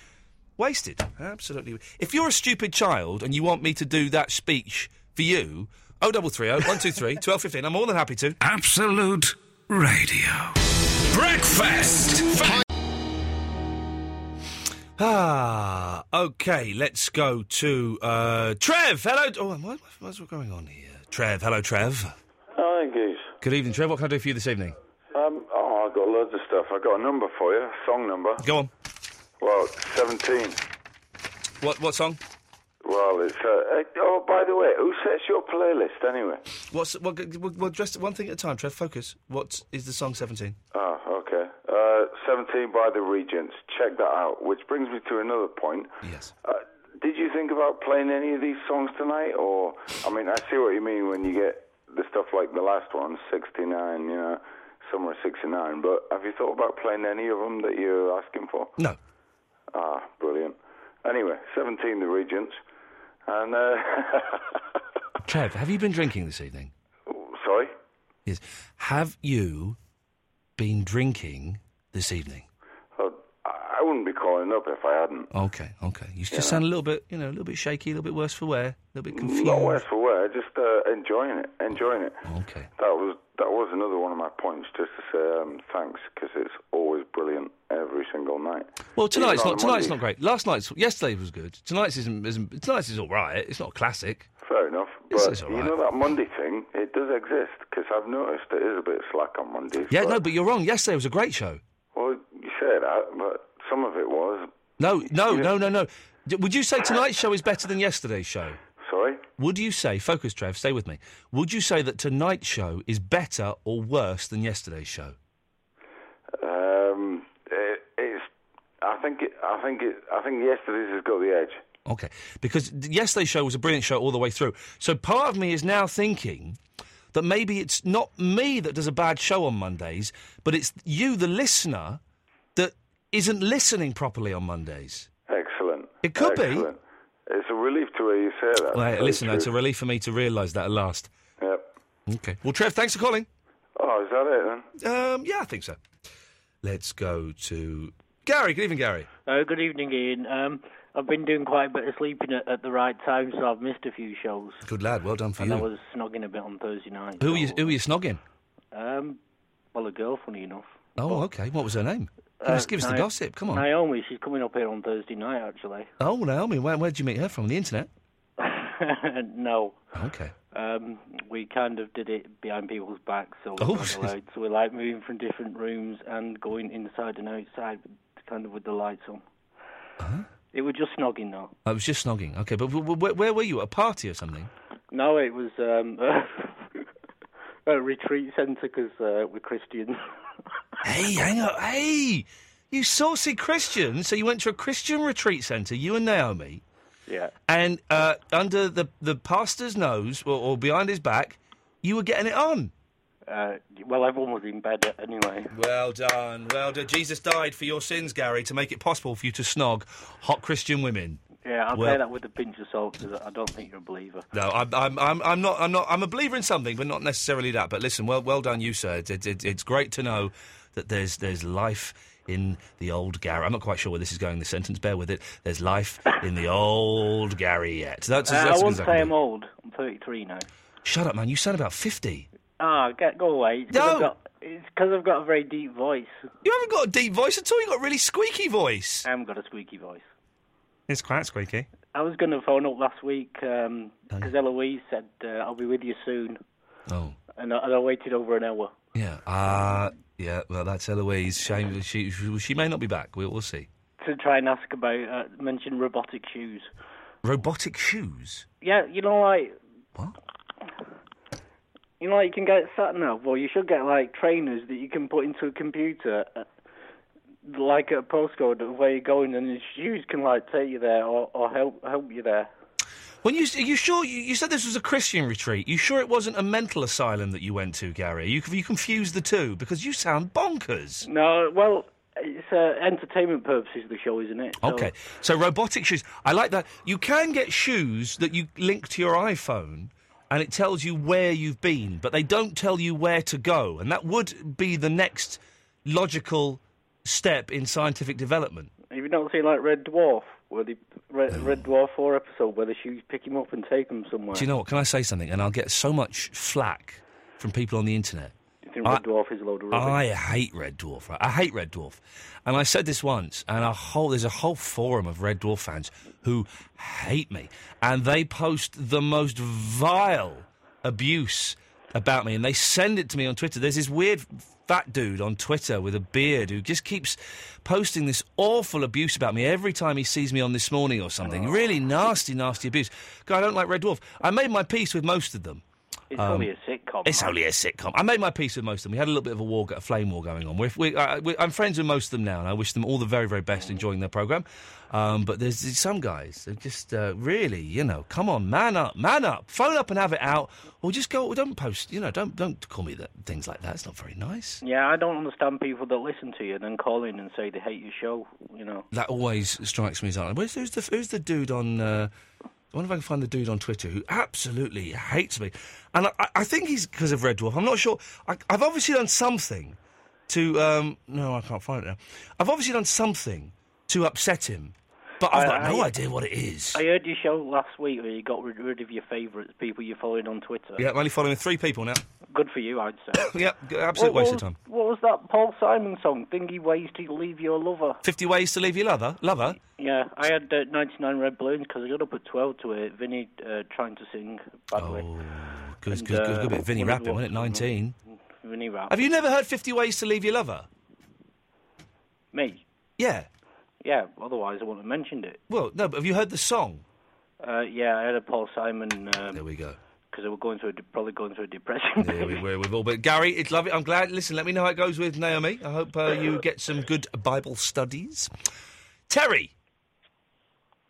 S1: Wasted. Absolutely. If you're a stupid child and you want me to do that speech for you, 0330 123 1215, I'm more than happy to. Absolute radio. Breakfast! Ah, okay, let's go to uh, Trev. Hello. Oh, what, what's going on here? Trev. Hello, Trev.
S18: Oh, thank you.
S1: Good evening, Trev. What can I do for you this evening?
S18: Um, oh, I've got loads of stuff. I've got a number for you, song number.
S1: Go on.
S18: Well, 17.
S1: What what song?
S18: Well, it's. Uh, eh, oh, by the way, who sets your playlist anyway?
S1: What's what? what, what just one thing at a time, Trev. Focus. What is the song Seventeen?
S18: Oh, okay. Uh, 17 by the Regents. Check that out. Which brings me to another point.
S1: Yes.
S18: Uh, did you think about playing any of these songs tonight? Or, I mean, I see what you mean when you get the stuff like the last one, 69, you know, Summer of 69. But have you thought about playing any of them that you're asking for?
S1: No.
S18: Ah, brilliant. Anyway, 17 the Regents. And, uh,
S1: Trev, have you been drinking this evening?
S18: sorry?
S1: Yes. Have you been drinking this evening?
S18: Oh, I I wouldn't be calling up if I hadn't.
S1: Okay, okay. You just
S18: Yeah.
S1: sound a little bit, you know, a little bit shaky, a little bit worse for wear, a little bit confused.
S18: Not worse for wear, just uh, enjoying it, enjoying it. Okay. That was that was another one of my points, just to say um, thanks because it's always brilliant every single night.
S1: Well, tonight's
S18: Even on
S1: not
S18: a
S1: tonight's not
S18: Monday.
S1: great. Last night's yesterday was good. Tonight's isn't isn't tonight's is all right. It's not a classic.
S18: Fair enough,
S1: It's-
S18: but
S1: it's all
S18: you
S1: right.
S18: know that Monday thing, it does exist because I've noticed it is a bit slack on Mondays.
S1: Yeah, no, but you're wrong. Yesterday was a great show.
S18: Well, you say that, but some of it was.
S1: No, no, no, no, no. D- Would you say tonight's show is better than yesterday's show?
S18: Sorry?
S1: Would you say, focus, Trev, stay with me. Would you say that tonight's show is better or worse than yesterday's show?
S18: Um, it, it's. I think. It, I think. It, I think yesterday's has got the edge.
S1: Okay, because th- yesterday's show was a brilliant show all the way through. So part of me is now thinking that maybe it's not me that does a bad show on Mondays, but it's you, the listener, that isn't listening properly on Mondays.
S18: Excellent.
S1: It could be.
S18: Excellent. be. It's a relief to hear you say that.
S1: Well, hey,
S18: Very
S1: listen, though,
S18: true.
S1: it's a relief for me to realise that at last.
S18: Yep.
S1: Okay. Well, Trev, thanks for calling.
S18: Oh, is that it then?
S1: Um, yeah, I think so. Let's go to Gary. Good evening, Gary.
S19: Uh, good evening, Ian. Um, I've been doing quite a bit of sleeping at, at the right time, so I've missed a few shows.
S1: Good lad. Well done for
S19: and
S1: you.
S19: I was snogging a bit on Thursday night.
S1: Who are you? Who are you snogging?
S19: Um, well, a girl, funny enough.
S1: Oh, okay. What was her name? Give us, give us the
S19: Ni-
S1: gossip. Come on.
S19: Uh, Naomi, she's coming up here on Thursday night, actually.
S1: oh, Naomi. Where, where did you meet her from? The internet.
S19: no.
S1: Okay.
S19: Um, we kind of did it behind people's backs, so
S1: Oh.
S19: we're, not allowed. so we're like moving from different rooms and going inside and outside, kind of with the lights on. It was just snogging, though.
S1: I was just snogging. Okay, but w- w- where, where were you? At a party or something?
S19: No, it was um, a retreat centre because uh, we're Christians.
S1: Hey, hang up. Hey, you saucy Christian. So you went to a Christian retreat centre, you and Naomi,
S19: Yeah.
S1: and uh, under the, the pastor's nose or, or behind his back, you were getting it on.
S19: Uh, well, everyone was in bed anyway.
S1: Well done. Well done. Jesus died for your sins, Gary, to make it possible for you to snog hot Christian women.
S19: Yeah, I'll
S1: Well-
S19: say that with a pinch of salt because I don't think you're a believer.
S1: No, I'm, I'm, I'm, I'm not. I'm not. I'm a believer in something, but not necessarily that. But listen, well, well done, you, sir. It, it, it's great to know that there's there's life in the old Gary. I'm not quite sure where this is going. This sentence, bear with it. There's life in the old Gary yet. That's, that's
S19: Uh,
S1: as
S19: I
S1: good
S19: won't
S1: as I
S19: say
S1: can do.
S19: I'm old. I'm 33 now.
S1: Shut up, man. You sound about fifty.
S19: Ah, get, go away. It's 'cause
S1: No.
S19: I've got- It's because I've got a very deep voice.
S1: You haven't got a deep voice at all. You have got a really squeaky voice.
S19: I haven't got a squeaky voice.
S1: It's quite squeaky.
S19: I was going to phone up last week because Eloise said uh, I'll be with you soon,
S1: Oh
S19: and I, and I waited over an hour.
S1: yeah. Uh yeah. Well, that's Eloise. Shame that she she, she may not be back. We'll, we'll see.
S19: to try and ask about uh, mention robotic shoes.
S1: Robotic shoes?
S19: Yeah, you know, like. You know, like you can get sat nav, or you should get like trainers that you can put into a computer, uh, like a postcode of where you're going, and the shoes can like take you there or, or help help you there.
S1: When you are you sure you, you said this was a Christian retreat? You sure it wasn't a mental asylum that you went to, Gary? You you confused the two because you sound bonkers.
S19: No, well, it's uh, entertainment purposes the show, isn't it? So-
S1: Okay, so robotic shoes. I like that. You can get shoes that you link to your iPhone, and it tells you where you've been, but they don't tell you where to go, and that would be the next logical step in scientific development.
S19: Have you not seen like Red Dwarf, where the Red, Red Dwarf Four episode where the shoes pick him up and take him somewhere?
S1: Oh. Do you know what? Can I say something? And I'll get so much flack from people on the internet.
S19: You think Red Dwarf is a load of
S1: I
S19: rubbish?
S1: hate Red Dwarf. Right? I hate Red Dwarf, and I said this once, and a whole there's a whole forum of Red Dwarf fans who hate me, and they post the most vile abuse about me, and they send it to me on Twitter. There's this weird fat dude on Twitter with a beard who just keeps posting this awful abuse about me every time he sees me on this morning or something. Really nasty, nasty abuse. God, I don't like Red Dwarf. I made my peace with most of them. Um,
S19: It's only a sitcom.
S1: It's only a sitcom. I made my peace with most of them. We had a little bit of a war, a flame war going on. We're, we I we I'm friends with most of them now, and I wish them all the very, very best, enjoying their program. Um, but there's, there's some guys who just uh, really, you know, come on, man up, man up, phone up and have it out, or just go. Don't post, you know, don't don't call me that things like that. It's not very nice.
S19: Yeah, I don't understand people that listen to you and then call in and say they hate your show. You know,
S1: That always strikes me as odd. Where's, who's, the, who's the dude on? Uh, I wonder if I can find the dude on Twitter who absolutely hates me, and I- I, I think he's because of Red Dwarf. I'm not sure. I, I've obviously done something to. Um, no, I can't find it now. I've obviously done something to upset him, but I've got
S19: I-
S1: no
S19: I-
S1: idea what it is.
S19: I heard your show last week where you got rid, rid of your favourites, people you followed on Twitter.
S1: Yeah, I'm only following three people now.
S19: Good for you, I'd say.
S1: yep, g- absolute
S19: What
S1: waste of
S19: was-
S1: time.
S19: What was that Paul Simon song? Thingy ways to leave your lover.
S1: Fifty ways to leave your lover. Lover.
S19: Yeah, I had uh, 99 red balloons because I got up at 12 to it. Vinny uh, trying to sing badly.
S1: Oh. Good, good,
S19: And,
S1: good,
S19: uh,
S1: good bit. Vinny
S19: one of
S1: Rappin,
S19: the-
S1: wasn't it? Nineteen.
S19: Vinny Rapp.
S1: Have you never heard Fifty Ways to Leave Your Lover?
S19: Me?
S1: Yeah.
S19: Yeah, otherwise I wouldn't have mentioned it.
S1: Well, no, but have you heard the song?
S19: Uh, yeah, I had a Paul Simon. Um, there
S1: we go.
S19: Because we were going through, a de- probably going through a depression.
S1: Yeah, we, we're, we've all been. Gary, it's lovely. I'm glad. Listen, let me know how it goes with Naomi. I hope uh, you get some good Bible studies. Terry,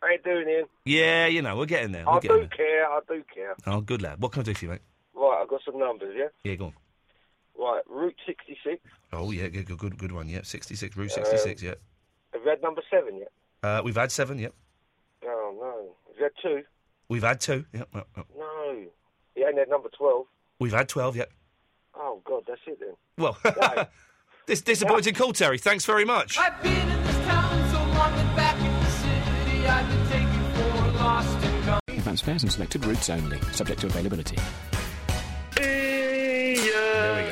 S20: How you doing, Ian?
S1: yeah, you know, we're getting there.
S20: I
S1: We're getting
S20: do care, I do care.
S1: there. Oh, good lad. What can I do for you, mate?
S20: Right, I've got some numbers, yeah?
S1: Yeah, go on.
S20: Right, Route 66.
S1: Oh, yeah, good, good, good, good one. Yep, 66, Route 66, yep.
S20: Have you had number 7 yet?
S1: Uh, we've had seven, yep.
S20: Oh, no. Have you had 2?
S1: We've had two, yep. yep, yep.
S20: No. You ain't had number 12.
S1: We've had 12, yep.
S20: Oh, God, that's it then.
S1: Well, this disappointing call, Terry. Thanks very much.
S12: I've been in this town so long that back in the city I've been taken for lost and gone.
S21: Advanced fares and selected routes only, subject to availability.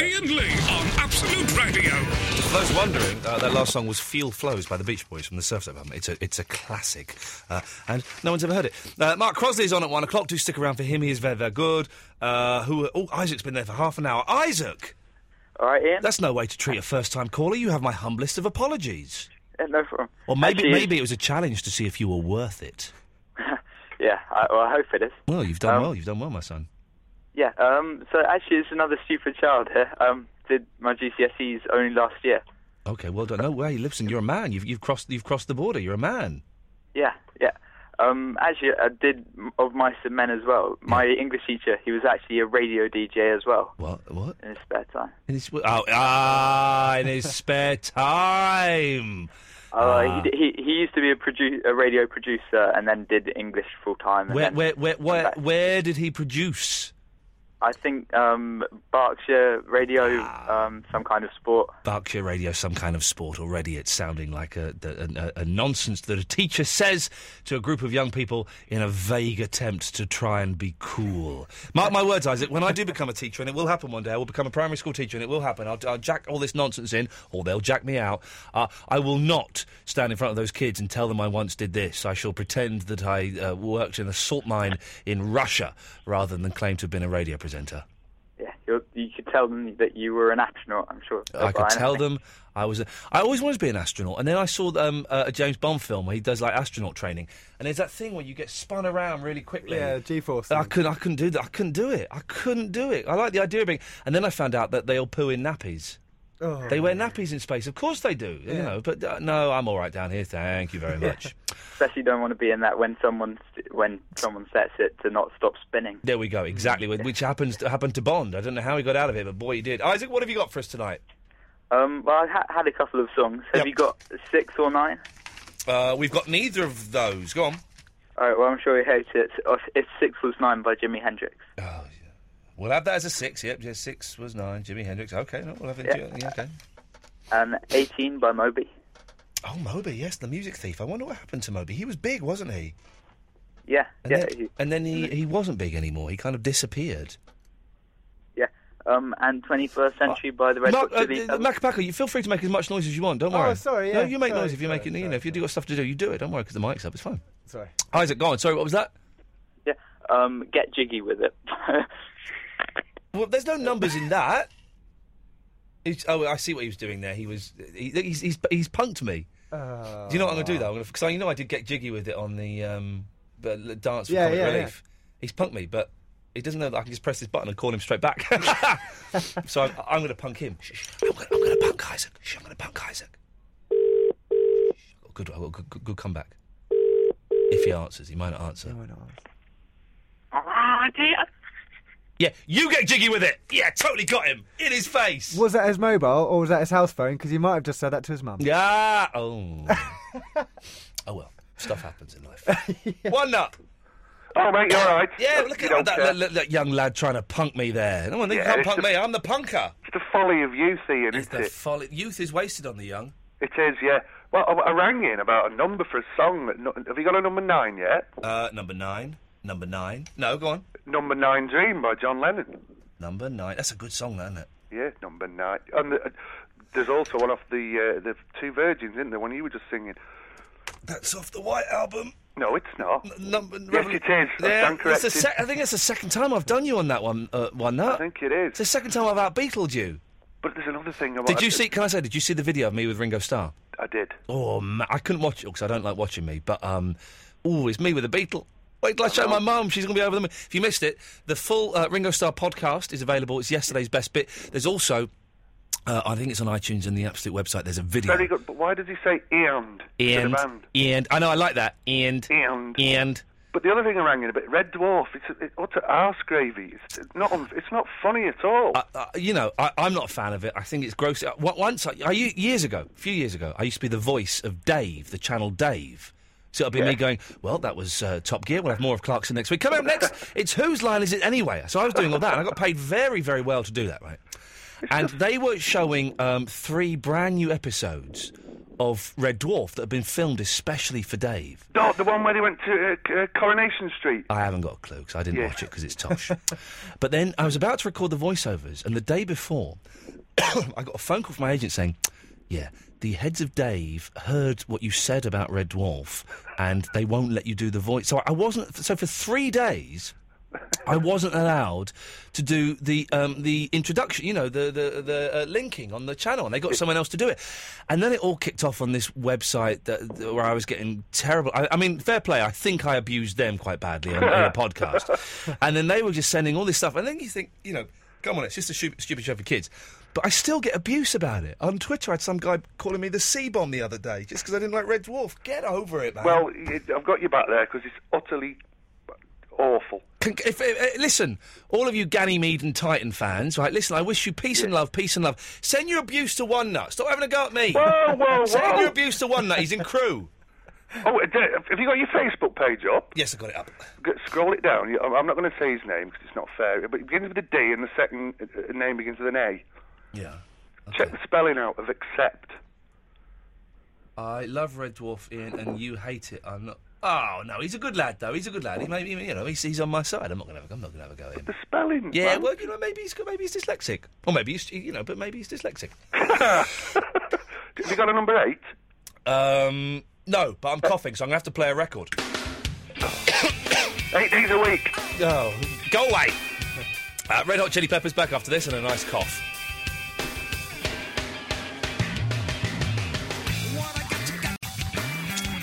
S22: Ian Lee on Absolute Radio.
S1: For those wondering, uh, that last song was "Feel Flows" by the Beach Boys from the Surf's album. It's a it's a classic, uh, and no one's ever heard it. Uh, Mark Crosley's on at one o'clock. Do stick around for him. He is very very good. Uh, who? Oh, Isaac's been there for half an hour. Isaac.
S23: All right, Ian.
S1: That's no way to treat a first-time caller. You have my humblest of apologies.
S23: Yeah, no problem.
S1: Or maybe
S23: Actually-
S1: maybe it was a challenge to see if you were worth it.
S23: Yeah, I, well, I hope um, it is.
S1: Well, you've done well. You've done well, my son.
S23: Yeah. Um. So actually, it's another stupid child here. Um. Did my GCSEs only last year.
S1: Okay, well done. No way, listen. You're a man. You've you've crossed you've crossed the border. You're a man.
S23: Yeah. Yeah. Um. Actually, I did m- of mice and men as well. My English teacher, he was actually a radio DJ as well
S1: What what?
S23: in his spare time.
S1: In his, oh, ah, in his spare time. Ah.
S23: Uh, he, d- he he used to be a, produ- a radio producer and then did English full time.
S1: Where,
S23: then
S1: where, where, where, where did he produce?
S23: I think um, Berkshire radio,
S1: Ah.
S23: um, some kind of sport.
S1: Berkshire Radio, some kind of sport already. It's sounding like a, a, a, a nonsense that a teacher says to a group of young people in a vague attempt to try and be cool. Mark my words, Isaac, when I do become a teacher, and it will happen one day, I will become a primary school teacher, and it will happen. I'll, I'll jack all this nonsense in, or they'll jack me out. Uh, I will not stand in front of those kids and tell them I once did this. I shall pretend that I uh, worked in a salt mine in Russia rather than claim to have been a radio presenter.
S23: Yeah, you're, you could tell them that you were an astronaut. I'm sure.
S1: I could tell them I was. A, I always wanted to be an astronaut, and then I saw um, uh, a James Bond film where he does like astronaut training, and there's that thing where you get spun around really quickly.
S5: Yeah, G-force.
S1: I couldn't. I couldn't do that. I couldn't do it. I couldn't do it. I like the idea of being. And then I found out that they all poo in nappies.
S5: Oh.
S1: They wear nappies in space. Of course they do. You
S23: Yeah.
S1: know, but uh, no, I'm all right down here. Thank you very much.
S23: Especially don't want to be in that when someone when someone sets it to not stop spinning.
S1: There we go. Exactly. wh- Which happens to, happened to Bond. I don't know how he got out of it, but boy, he did. Isaac, what have you got for us tonight?
S23: Um, well, I ha- had a couple of songs. Have you got six or nine?
S1: Uh, we've got neither of those. Go on.
S23: All right. Well, I'm sure you hate it. Oh, If six was nine by Jimi Hendrix.
S1: We'll have that as a six. Yep. Yeah, six was nine. Jimi Hendrix. Okay. No, we'll have it. Yeah.
S23: Yeah.
S1: okay.
S23: Um, 18 by Moby.
S1: Oh, Moby. Yes, the music thief. I wonder what happened to Moby. He was big, wasn't he?
S23: Yeah.
S1: And
S23: yeah.
S1: Then, and then he, he wasn't big anymore. He kind of disappeared.
S23: Yeah. Um, and 21st Century by the Red
S1: Mark,
S23: Hot
S1: uh,
S23: Chili
S1: uh, Mac Packer, you feel free to make as much noise as you want. Don't
S23: Oh,
S1: worry.
S23: sorry,
S1: No,
S23: yeah,
S1: you make
S23: sorry,
S1: noise if you're making. you know, if you've got stuff to do, you do it. Don't worry, because the mic's up. It's fine.
S5: Sorry.
S1: Isaac, go on. Sorry, what was that?
S23: Yeah. Um, get jiggy with it.
S1: Well, there's no numbers in that. It's, oh, I see what he was doing there. He was he, he's, he's he's punked me.
S5: Oh.
S1: Do you know what I'm going to do though? Because you know I did get jiggy with it on the um, the l- dance for
S5: Yeah,
S1: comic
S5: yeah, yeah.
S1: relief. He's punked me, but he doesn't know that I can just press this button and call him straight back. so I'm, I'm going to punk him. Shh, shh. I'm going to punk Isaac. Shh, I'm going to punk Isaac. Shh, Good, I've got a good, good, good comeback. If he answers, he might not answer.
S7: Oh, dear.
S1: Yeah, you get jiggy with it. Yeah, totally got him in his face.
S5: Was that his mobile or was that his house phone? Because he might have just said that to his mum.
S1: Yeah. Oh. oh well, stuff happens in life. One nut.
S2: Oh, mate, you're all right.
S1: Yeah, look
S2: You
S1: at
S2: don't
S1: that,
S2: care.
S1: that, that, that young lad trying to punk me there. No one you
S2: Yeah,
S1: can't
S2: it's
S1: punk
S2: the-
S1: me. I'm the punker.
S2: It's the folly of youth, Ian,
S1: It's
S2: isn't
S1: the
S2: it?
S1: folly. Youth is wasted on the young.
S2: It is, yeah. Well, I, I rang in about a number for a song. That, no- have you got a number nine yet?
S1: Uh, number nine. Number nine. No, go on.
S2: Number Nine Dream by John Lennon.
S1: Number nine. That's a good song, that, isn't it?
S2: Yeah, number nine. And the, uh, there's also one off the uh, the Two Virgins, isn't there? One you were just singing.
S1: That's off the White Album.
S2: No, it's not.
S1: number,
S2: yes, it is. I stand
S1: that's the
S2: corrected.
S1: sec- I think it's the second time I've done you on that one. Uh, one nut. I think
S2: it is.
S1: It's the second time I've out Beatled you.
S2: But there's another thing. I
S1: Did
S2: wanted
S1: you
S2: to-
S1: see? Can I say? Did you see the video of me with Ringo Starr?
S2: I did.
S1: Oh, ma- I couldn't watch it because I don't like watching me. But um, oh, it's me with a beetle. Wait till I
S2: Uh-huh.
S1: show my mum; she's going to be over the moon. If you missed it, the full uh, Ringo Starr podcast is available. It's yesterday's best bit. There's also, uh, I think it's on iTunes and the Absolute website. There's a video.
S2: Very good. But why does he say and, to
S1: And
S2: the band?
S1: and I know I like that. And
S2: and
S1: and
S2: But the other thing I rang in about Red Dwarf. It's it's utter arse gravy. It's not on- it's not funny at all.
S1: I, I, you know, I, I'm not a fan of it. I think it's gross. Uh, on- Once, I, I, u- years ago, a few years ago, I used to be the voice of Dave, the channel Dave. So it'll be me going, well, that was uh, Top Gear. We'll have more of Clarkson next week. Coming up next, it's Whose Line Is It Anyway? So I was doing all that, and I got paid very, very well to do that, right? And they were showing um, three brand new episodes of Red Dwarf that had been filmed especially for Dave.
S2: No, the one where they went to uh, uh, Coronation Street.
S1: I haven't got a clue because I didn't watch it because it's Tosh. but then I was about to record the voiceovers, and the day before, I got a phone call from my agent saying, "Yeah, the heads of Dave heard what you said about Red Dwarf, and they won't let you do the voice." So I wasn't. So for three days. I wasn't allowed to do the um, the introduction, you know, the the, the uh, linking on the channel, and they got someone else to do it. And then it all kicked off on this website that, that- where I was getting terrible. I, I mean, fair play. I think I abused them quite badly on, on a podcast, and then they were just sending all this stuff. And then you think, you know, come on, it's just a stu- stupid show for kids. But I still get abuse about it on Twitter. I had some guy calling me the C bomb the other day just because I didn't like Red Dwarf. Get over it, man.
S2: Well, y I've got you back there because it's utterly awful.
S1: Con- if, eh, eh, listen, all of you Ganymede and Titan fans, right? Listen, I wish you peace and love, peace and love. Send your abuse to One Nut. Stop having a go at me.
S2: Whoa, whoa,
S1: Send
S2: whoa.
S1: your abuse to One Nut. He's in crew.
S2: Oh, uh, d- have you got your Facebook page up?
S1: Yes, I got it up.
S2: G- scroll it down. You- I'm I'm not going to say his name because it's not fair. But it begins with a D, and the second uh, uh, name begins with an A.
S1: Yeah.
S2: Check the spelling out of accept.
S1: I love Red Dwarf, Ian, and you hate it. I'm not. Oh no, he's a good lad though. He's a good lad. He may, you know, he's, he's on my side. I'm not gonna. Have, I'm not gonna have a go at him. The
S2: spelling.
S1: Yeah,
S2: man.
S1: well, you know, maybe he's maybe he's dyslexic, or maybe he's you know, but maybe he's dyslexic.
S2: Have you got a number eight?
S1: Um, no, but I'm coughing, so I'm gonna have to play a record.
S2: Eight days a week.
S1: Oh, go away. Uh, Red Hot Chili Peppers back after this and a nice cough.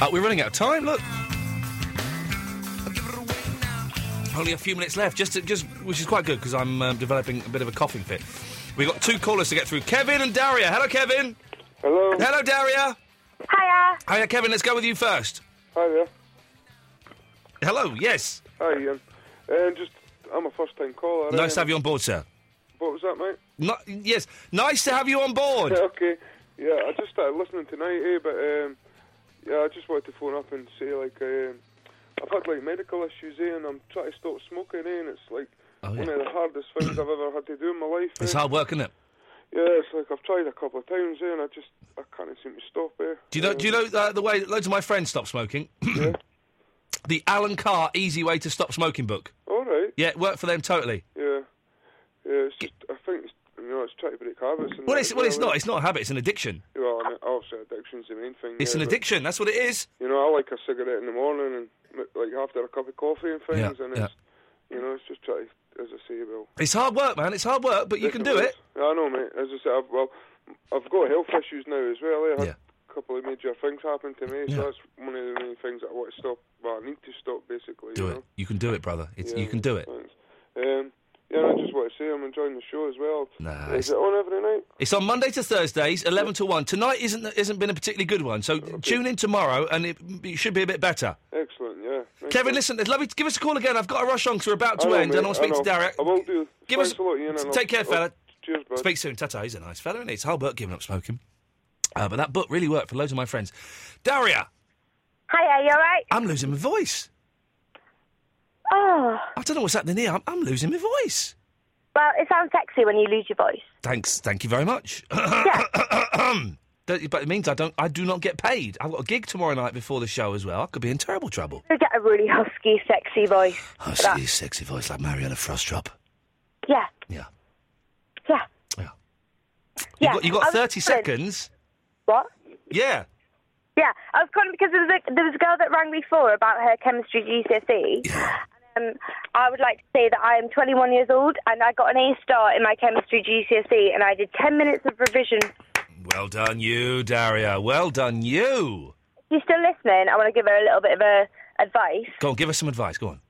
S1: Uh, we're running out of time. Look, only a few minutes left. Just, to, just which is quite good because I'm um, developing a bit of a coughing fit. We have got two callers to get through. Kevin and Daria. Hello, Kevin. Hello. Hello, Daria.
S3: Hiya.
S1: Hiya, Kevin. Let's go with you first.
S4: Hi there.
S1: Hello. Yes.
S4: Hi, Ian. Um, just, I'm a first time caller.
S1: Nice to
S4: Um,
S1: have you on board, sir.
S4: What was that, mate?
S1: Ni- yes, nice to have you on board.
S4: Yeah, okay. Yeah, I just started listening tonight, eh? But um, yeah, I just wanted to phone up and say like um, I've had like medical issues, eh? And I'm trying to stop smoking, eh? And it's like
S1: Oh, yeah.
S4: one of the hardest things I've ever had to do in my life.
S1: It's
S4: eh?
S1: hard work, isn't it?
S4: Yeah, it's like I've tried a couple of times, eh? And I just I can't seem to stop, eh?
S1: Do you know? Do you know uh, the way loads of my friends stop smoking? the Alan Carr Easy Way to Stop Smoking book.
S4: All right.
S1: Yeah, it worked for them totally.
S4: Yeah. Yeah. It's just, I think it's, you know it's trying to break habits. and
S1: Well,
S4: that
S1: it's
S4: as
S1: well, it's
S4: eh?
S1: not. It's not a habit. It's an addiction.
S4: Well, and obviously addiction's the main thing.
S1: It's
S4: yeah,
S1: an
S4: but-
S1: addiction. That's what it is.
S4: You know, I like a cigarette in the morning and like after a cup of coffee and things,
S1: Yeah,
S4: and
S1: yeah.
S4: it's you know it's just try as I say, well,
S1: It's hard work, man. It's hard work, but you can do it.
S4: Yeah, I know, mate. As I said, I've, well, I've got health issues now as well. eh? I had a couple of major things happen to me, so that's one of the main things that I want to stop. Well, I need to stop basically.
S1: Do
S4: you
S1: it. You can do it, brother. It's, You
S4: Yeah,
S1: can do it.
S4: Know? Um, yeah, and I just want to say I'm enjoying the show as well.
S1: Nah,
S4: Is
S1: it's,
S4: it on every night?
S1: it's on Monday to Thursdays, eleven to one. Tonight isn't isn't been a particularly good one, so tune in tomorrow, and it, it should be a bit better.
S4: Excellent. Yeah. Thanks,
S1: Kevin,
S4: mate.
S1: listen, it's lovely. To, give us a call again. I've got a rush on because we're about to
S4: I know,
S1: end,
S4: mate,
S1: and I'll
S4: I
S1: speak to
S4: know.
S1: Darrett.
S4: I will do.
S1: Give
S4: Thanks
S1: us
S4: a lot, Ian. and
S1: Take care,
S4: I'll- oh,
S1: fella.
S4: Cheers, bud.
S1: Speak soon. Tata, he's a nice fellow, and it's hard work giving up smoking. Uh, but that book really worked for loads of my friends. Daria,
S3: Hiya, you alright?
S1: I'm losing my voice.
S3: Oh,
S1: I don't know what's happening here. I'm, I'm losing my voice.
S3: well, it sounds sexy when you lose your voice.
S1: Thanks, thank you very much. Don't- but it means I don't. I do not get paid. I've got a gig tomorrow night before the show as well. I could be in terrible trouble.
S3: You get a really husky, sexy voice.
S1: Husky, sexy voice like Mariella Frostrop.
S3: Yeah.
S1: Yeah.
S3: Yeah.
S1: You
S3: Yeah.
S1: got, you
S3: I
S1: got
S3: was
S1: thirty
S3: calling-
S1: seconds.
S3: What?
S1: Yeah.
S3: Yeah, I was calling because there was a, there was a girl that rang before about her chemistry GCSE. And, um, I would like to say that I am 21 years old and I got an A star in my chemistry GCSE E and I did 10 minutes of revision.
S1: Well done, you, Daria. Well done, you.
S3: If you're still listening, I want to give her a little bit of a advice.
S1: Go on, give us some advice. Go on.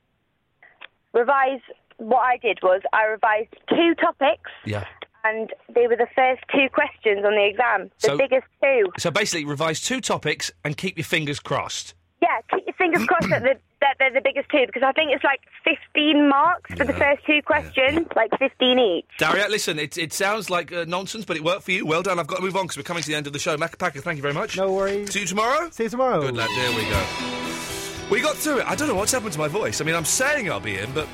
S3: Revise. What I did was I revised two topics
S1: Yeah.
S3: and they were the first two questions on the exam. The
S1: So-
S3: biggest two.
S1: So basically, revise two topics and keep your fingers crossed.
S3: Yeah, keep your fingers crossed that they're, that they're the biggest two because I think it's like 15 marks for the first two questions, like 15 each.
S1: Daria, listen, it, it sounds like uh, nonsense, but it worked for you. Well done. I've got to move on because we're coming to the end of the show. Macapaca, thank you very much. No worries. See you tomorrow. See you tomorrow. Good lad. There we go. We got through it. I don't know what's happened to my voice. I mean, I'm saying I'll be in, but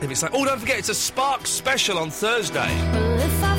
S1: if it's like, oh, don't forget, it's a Spark special on Thursday.
S12: Well, if I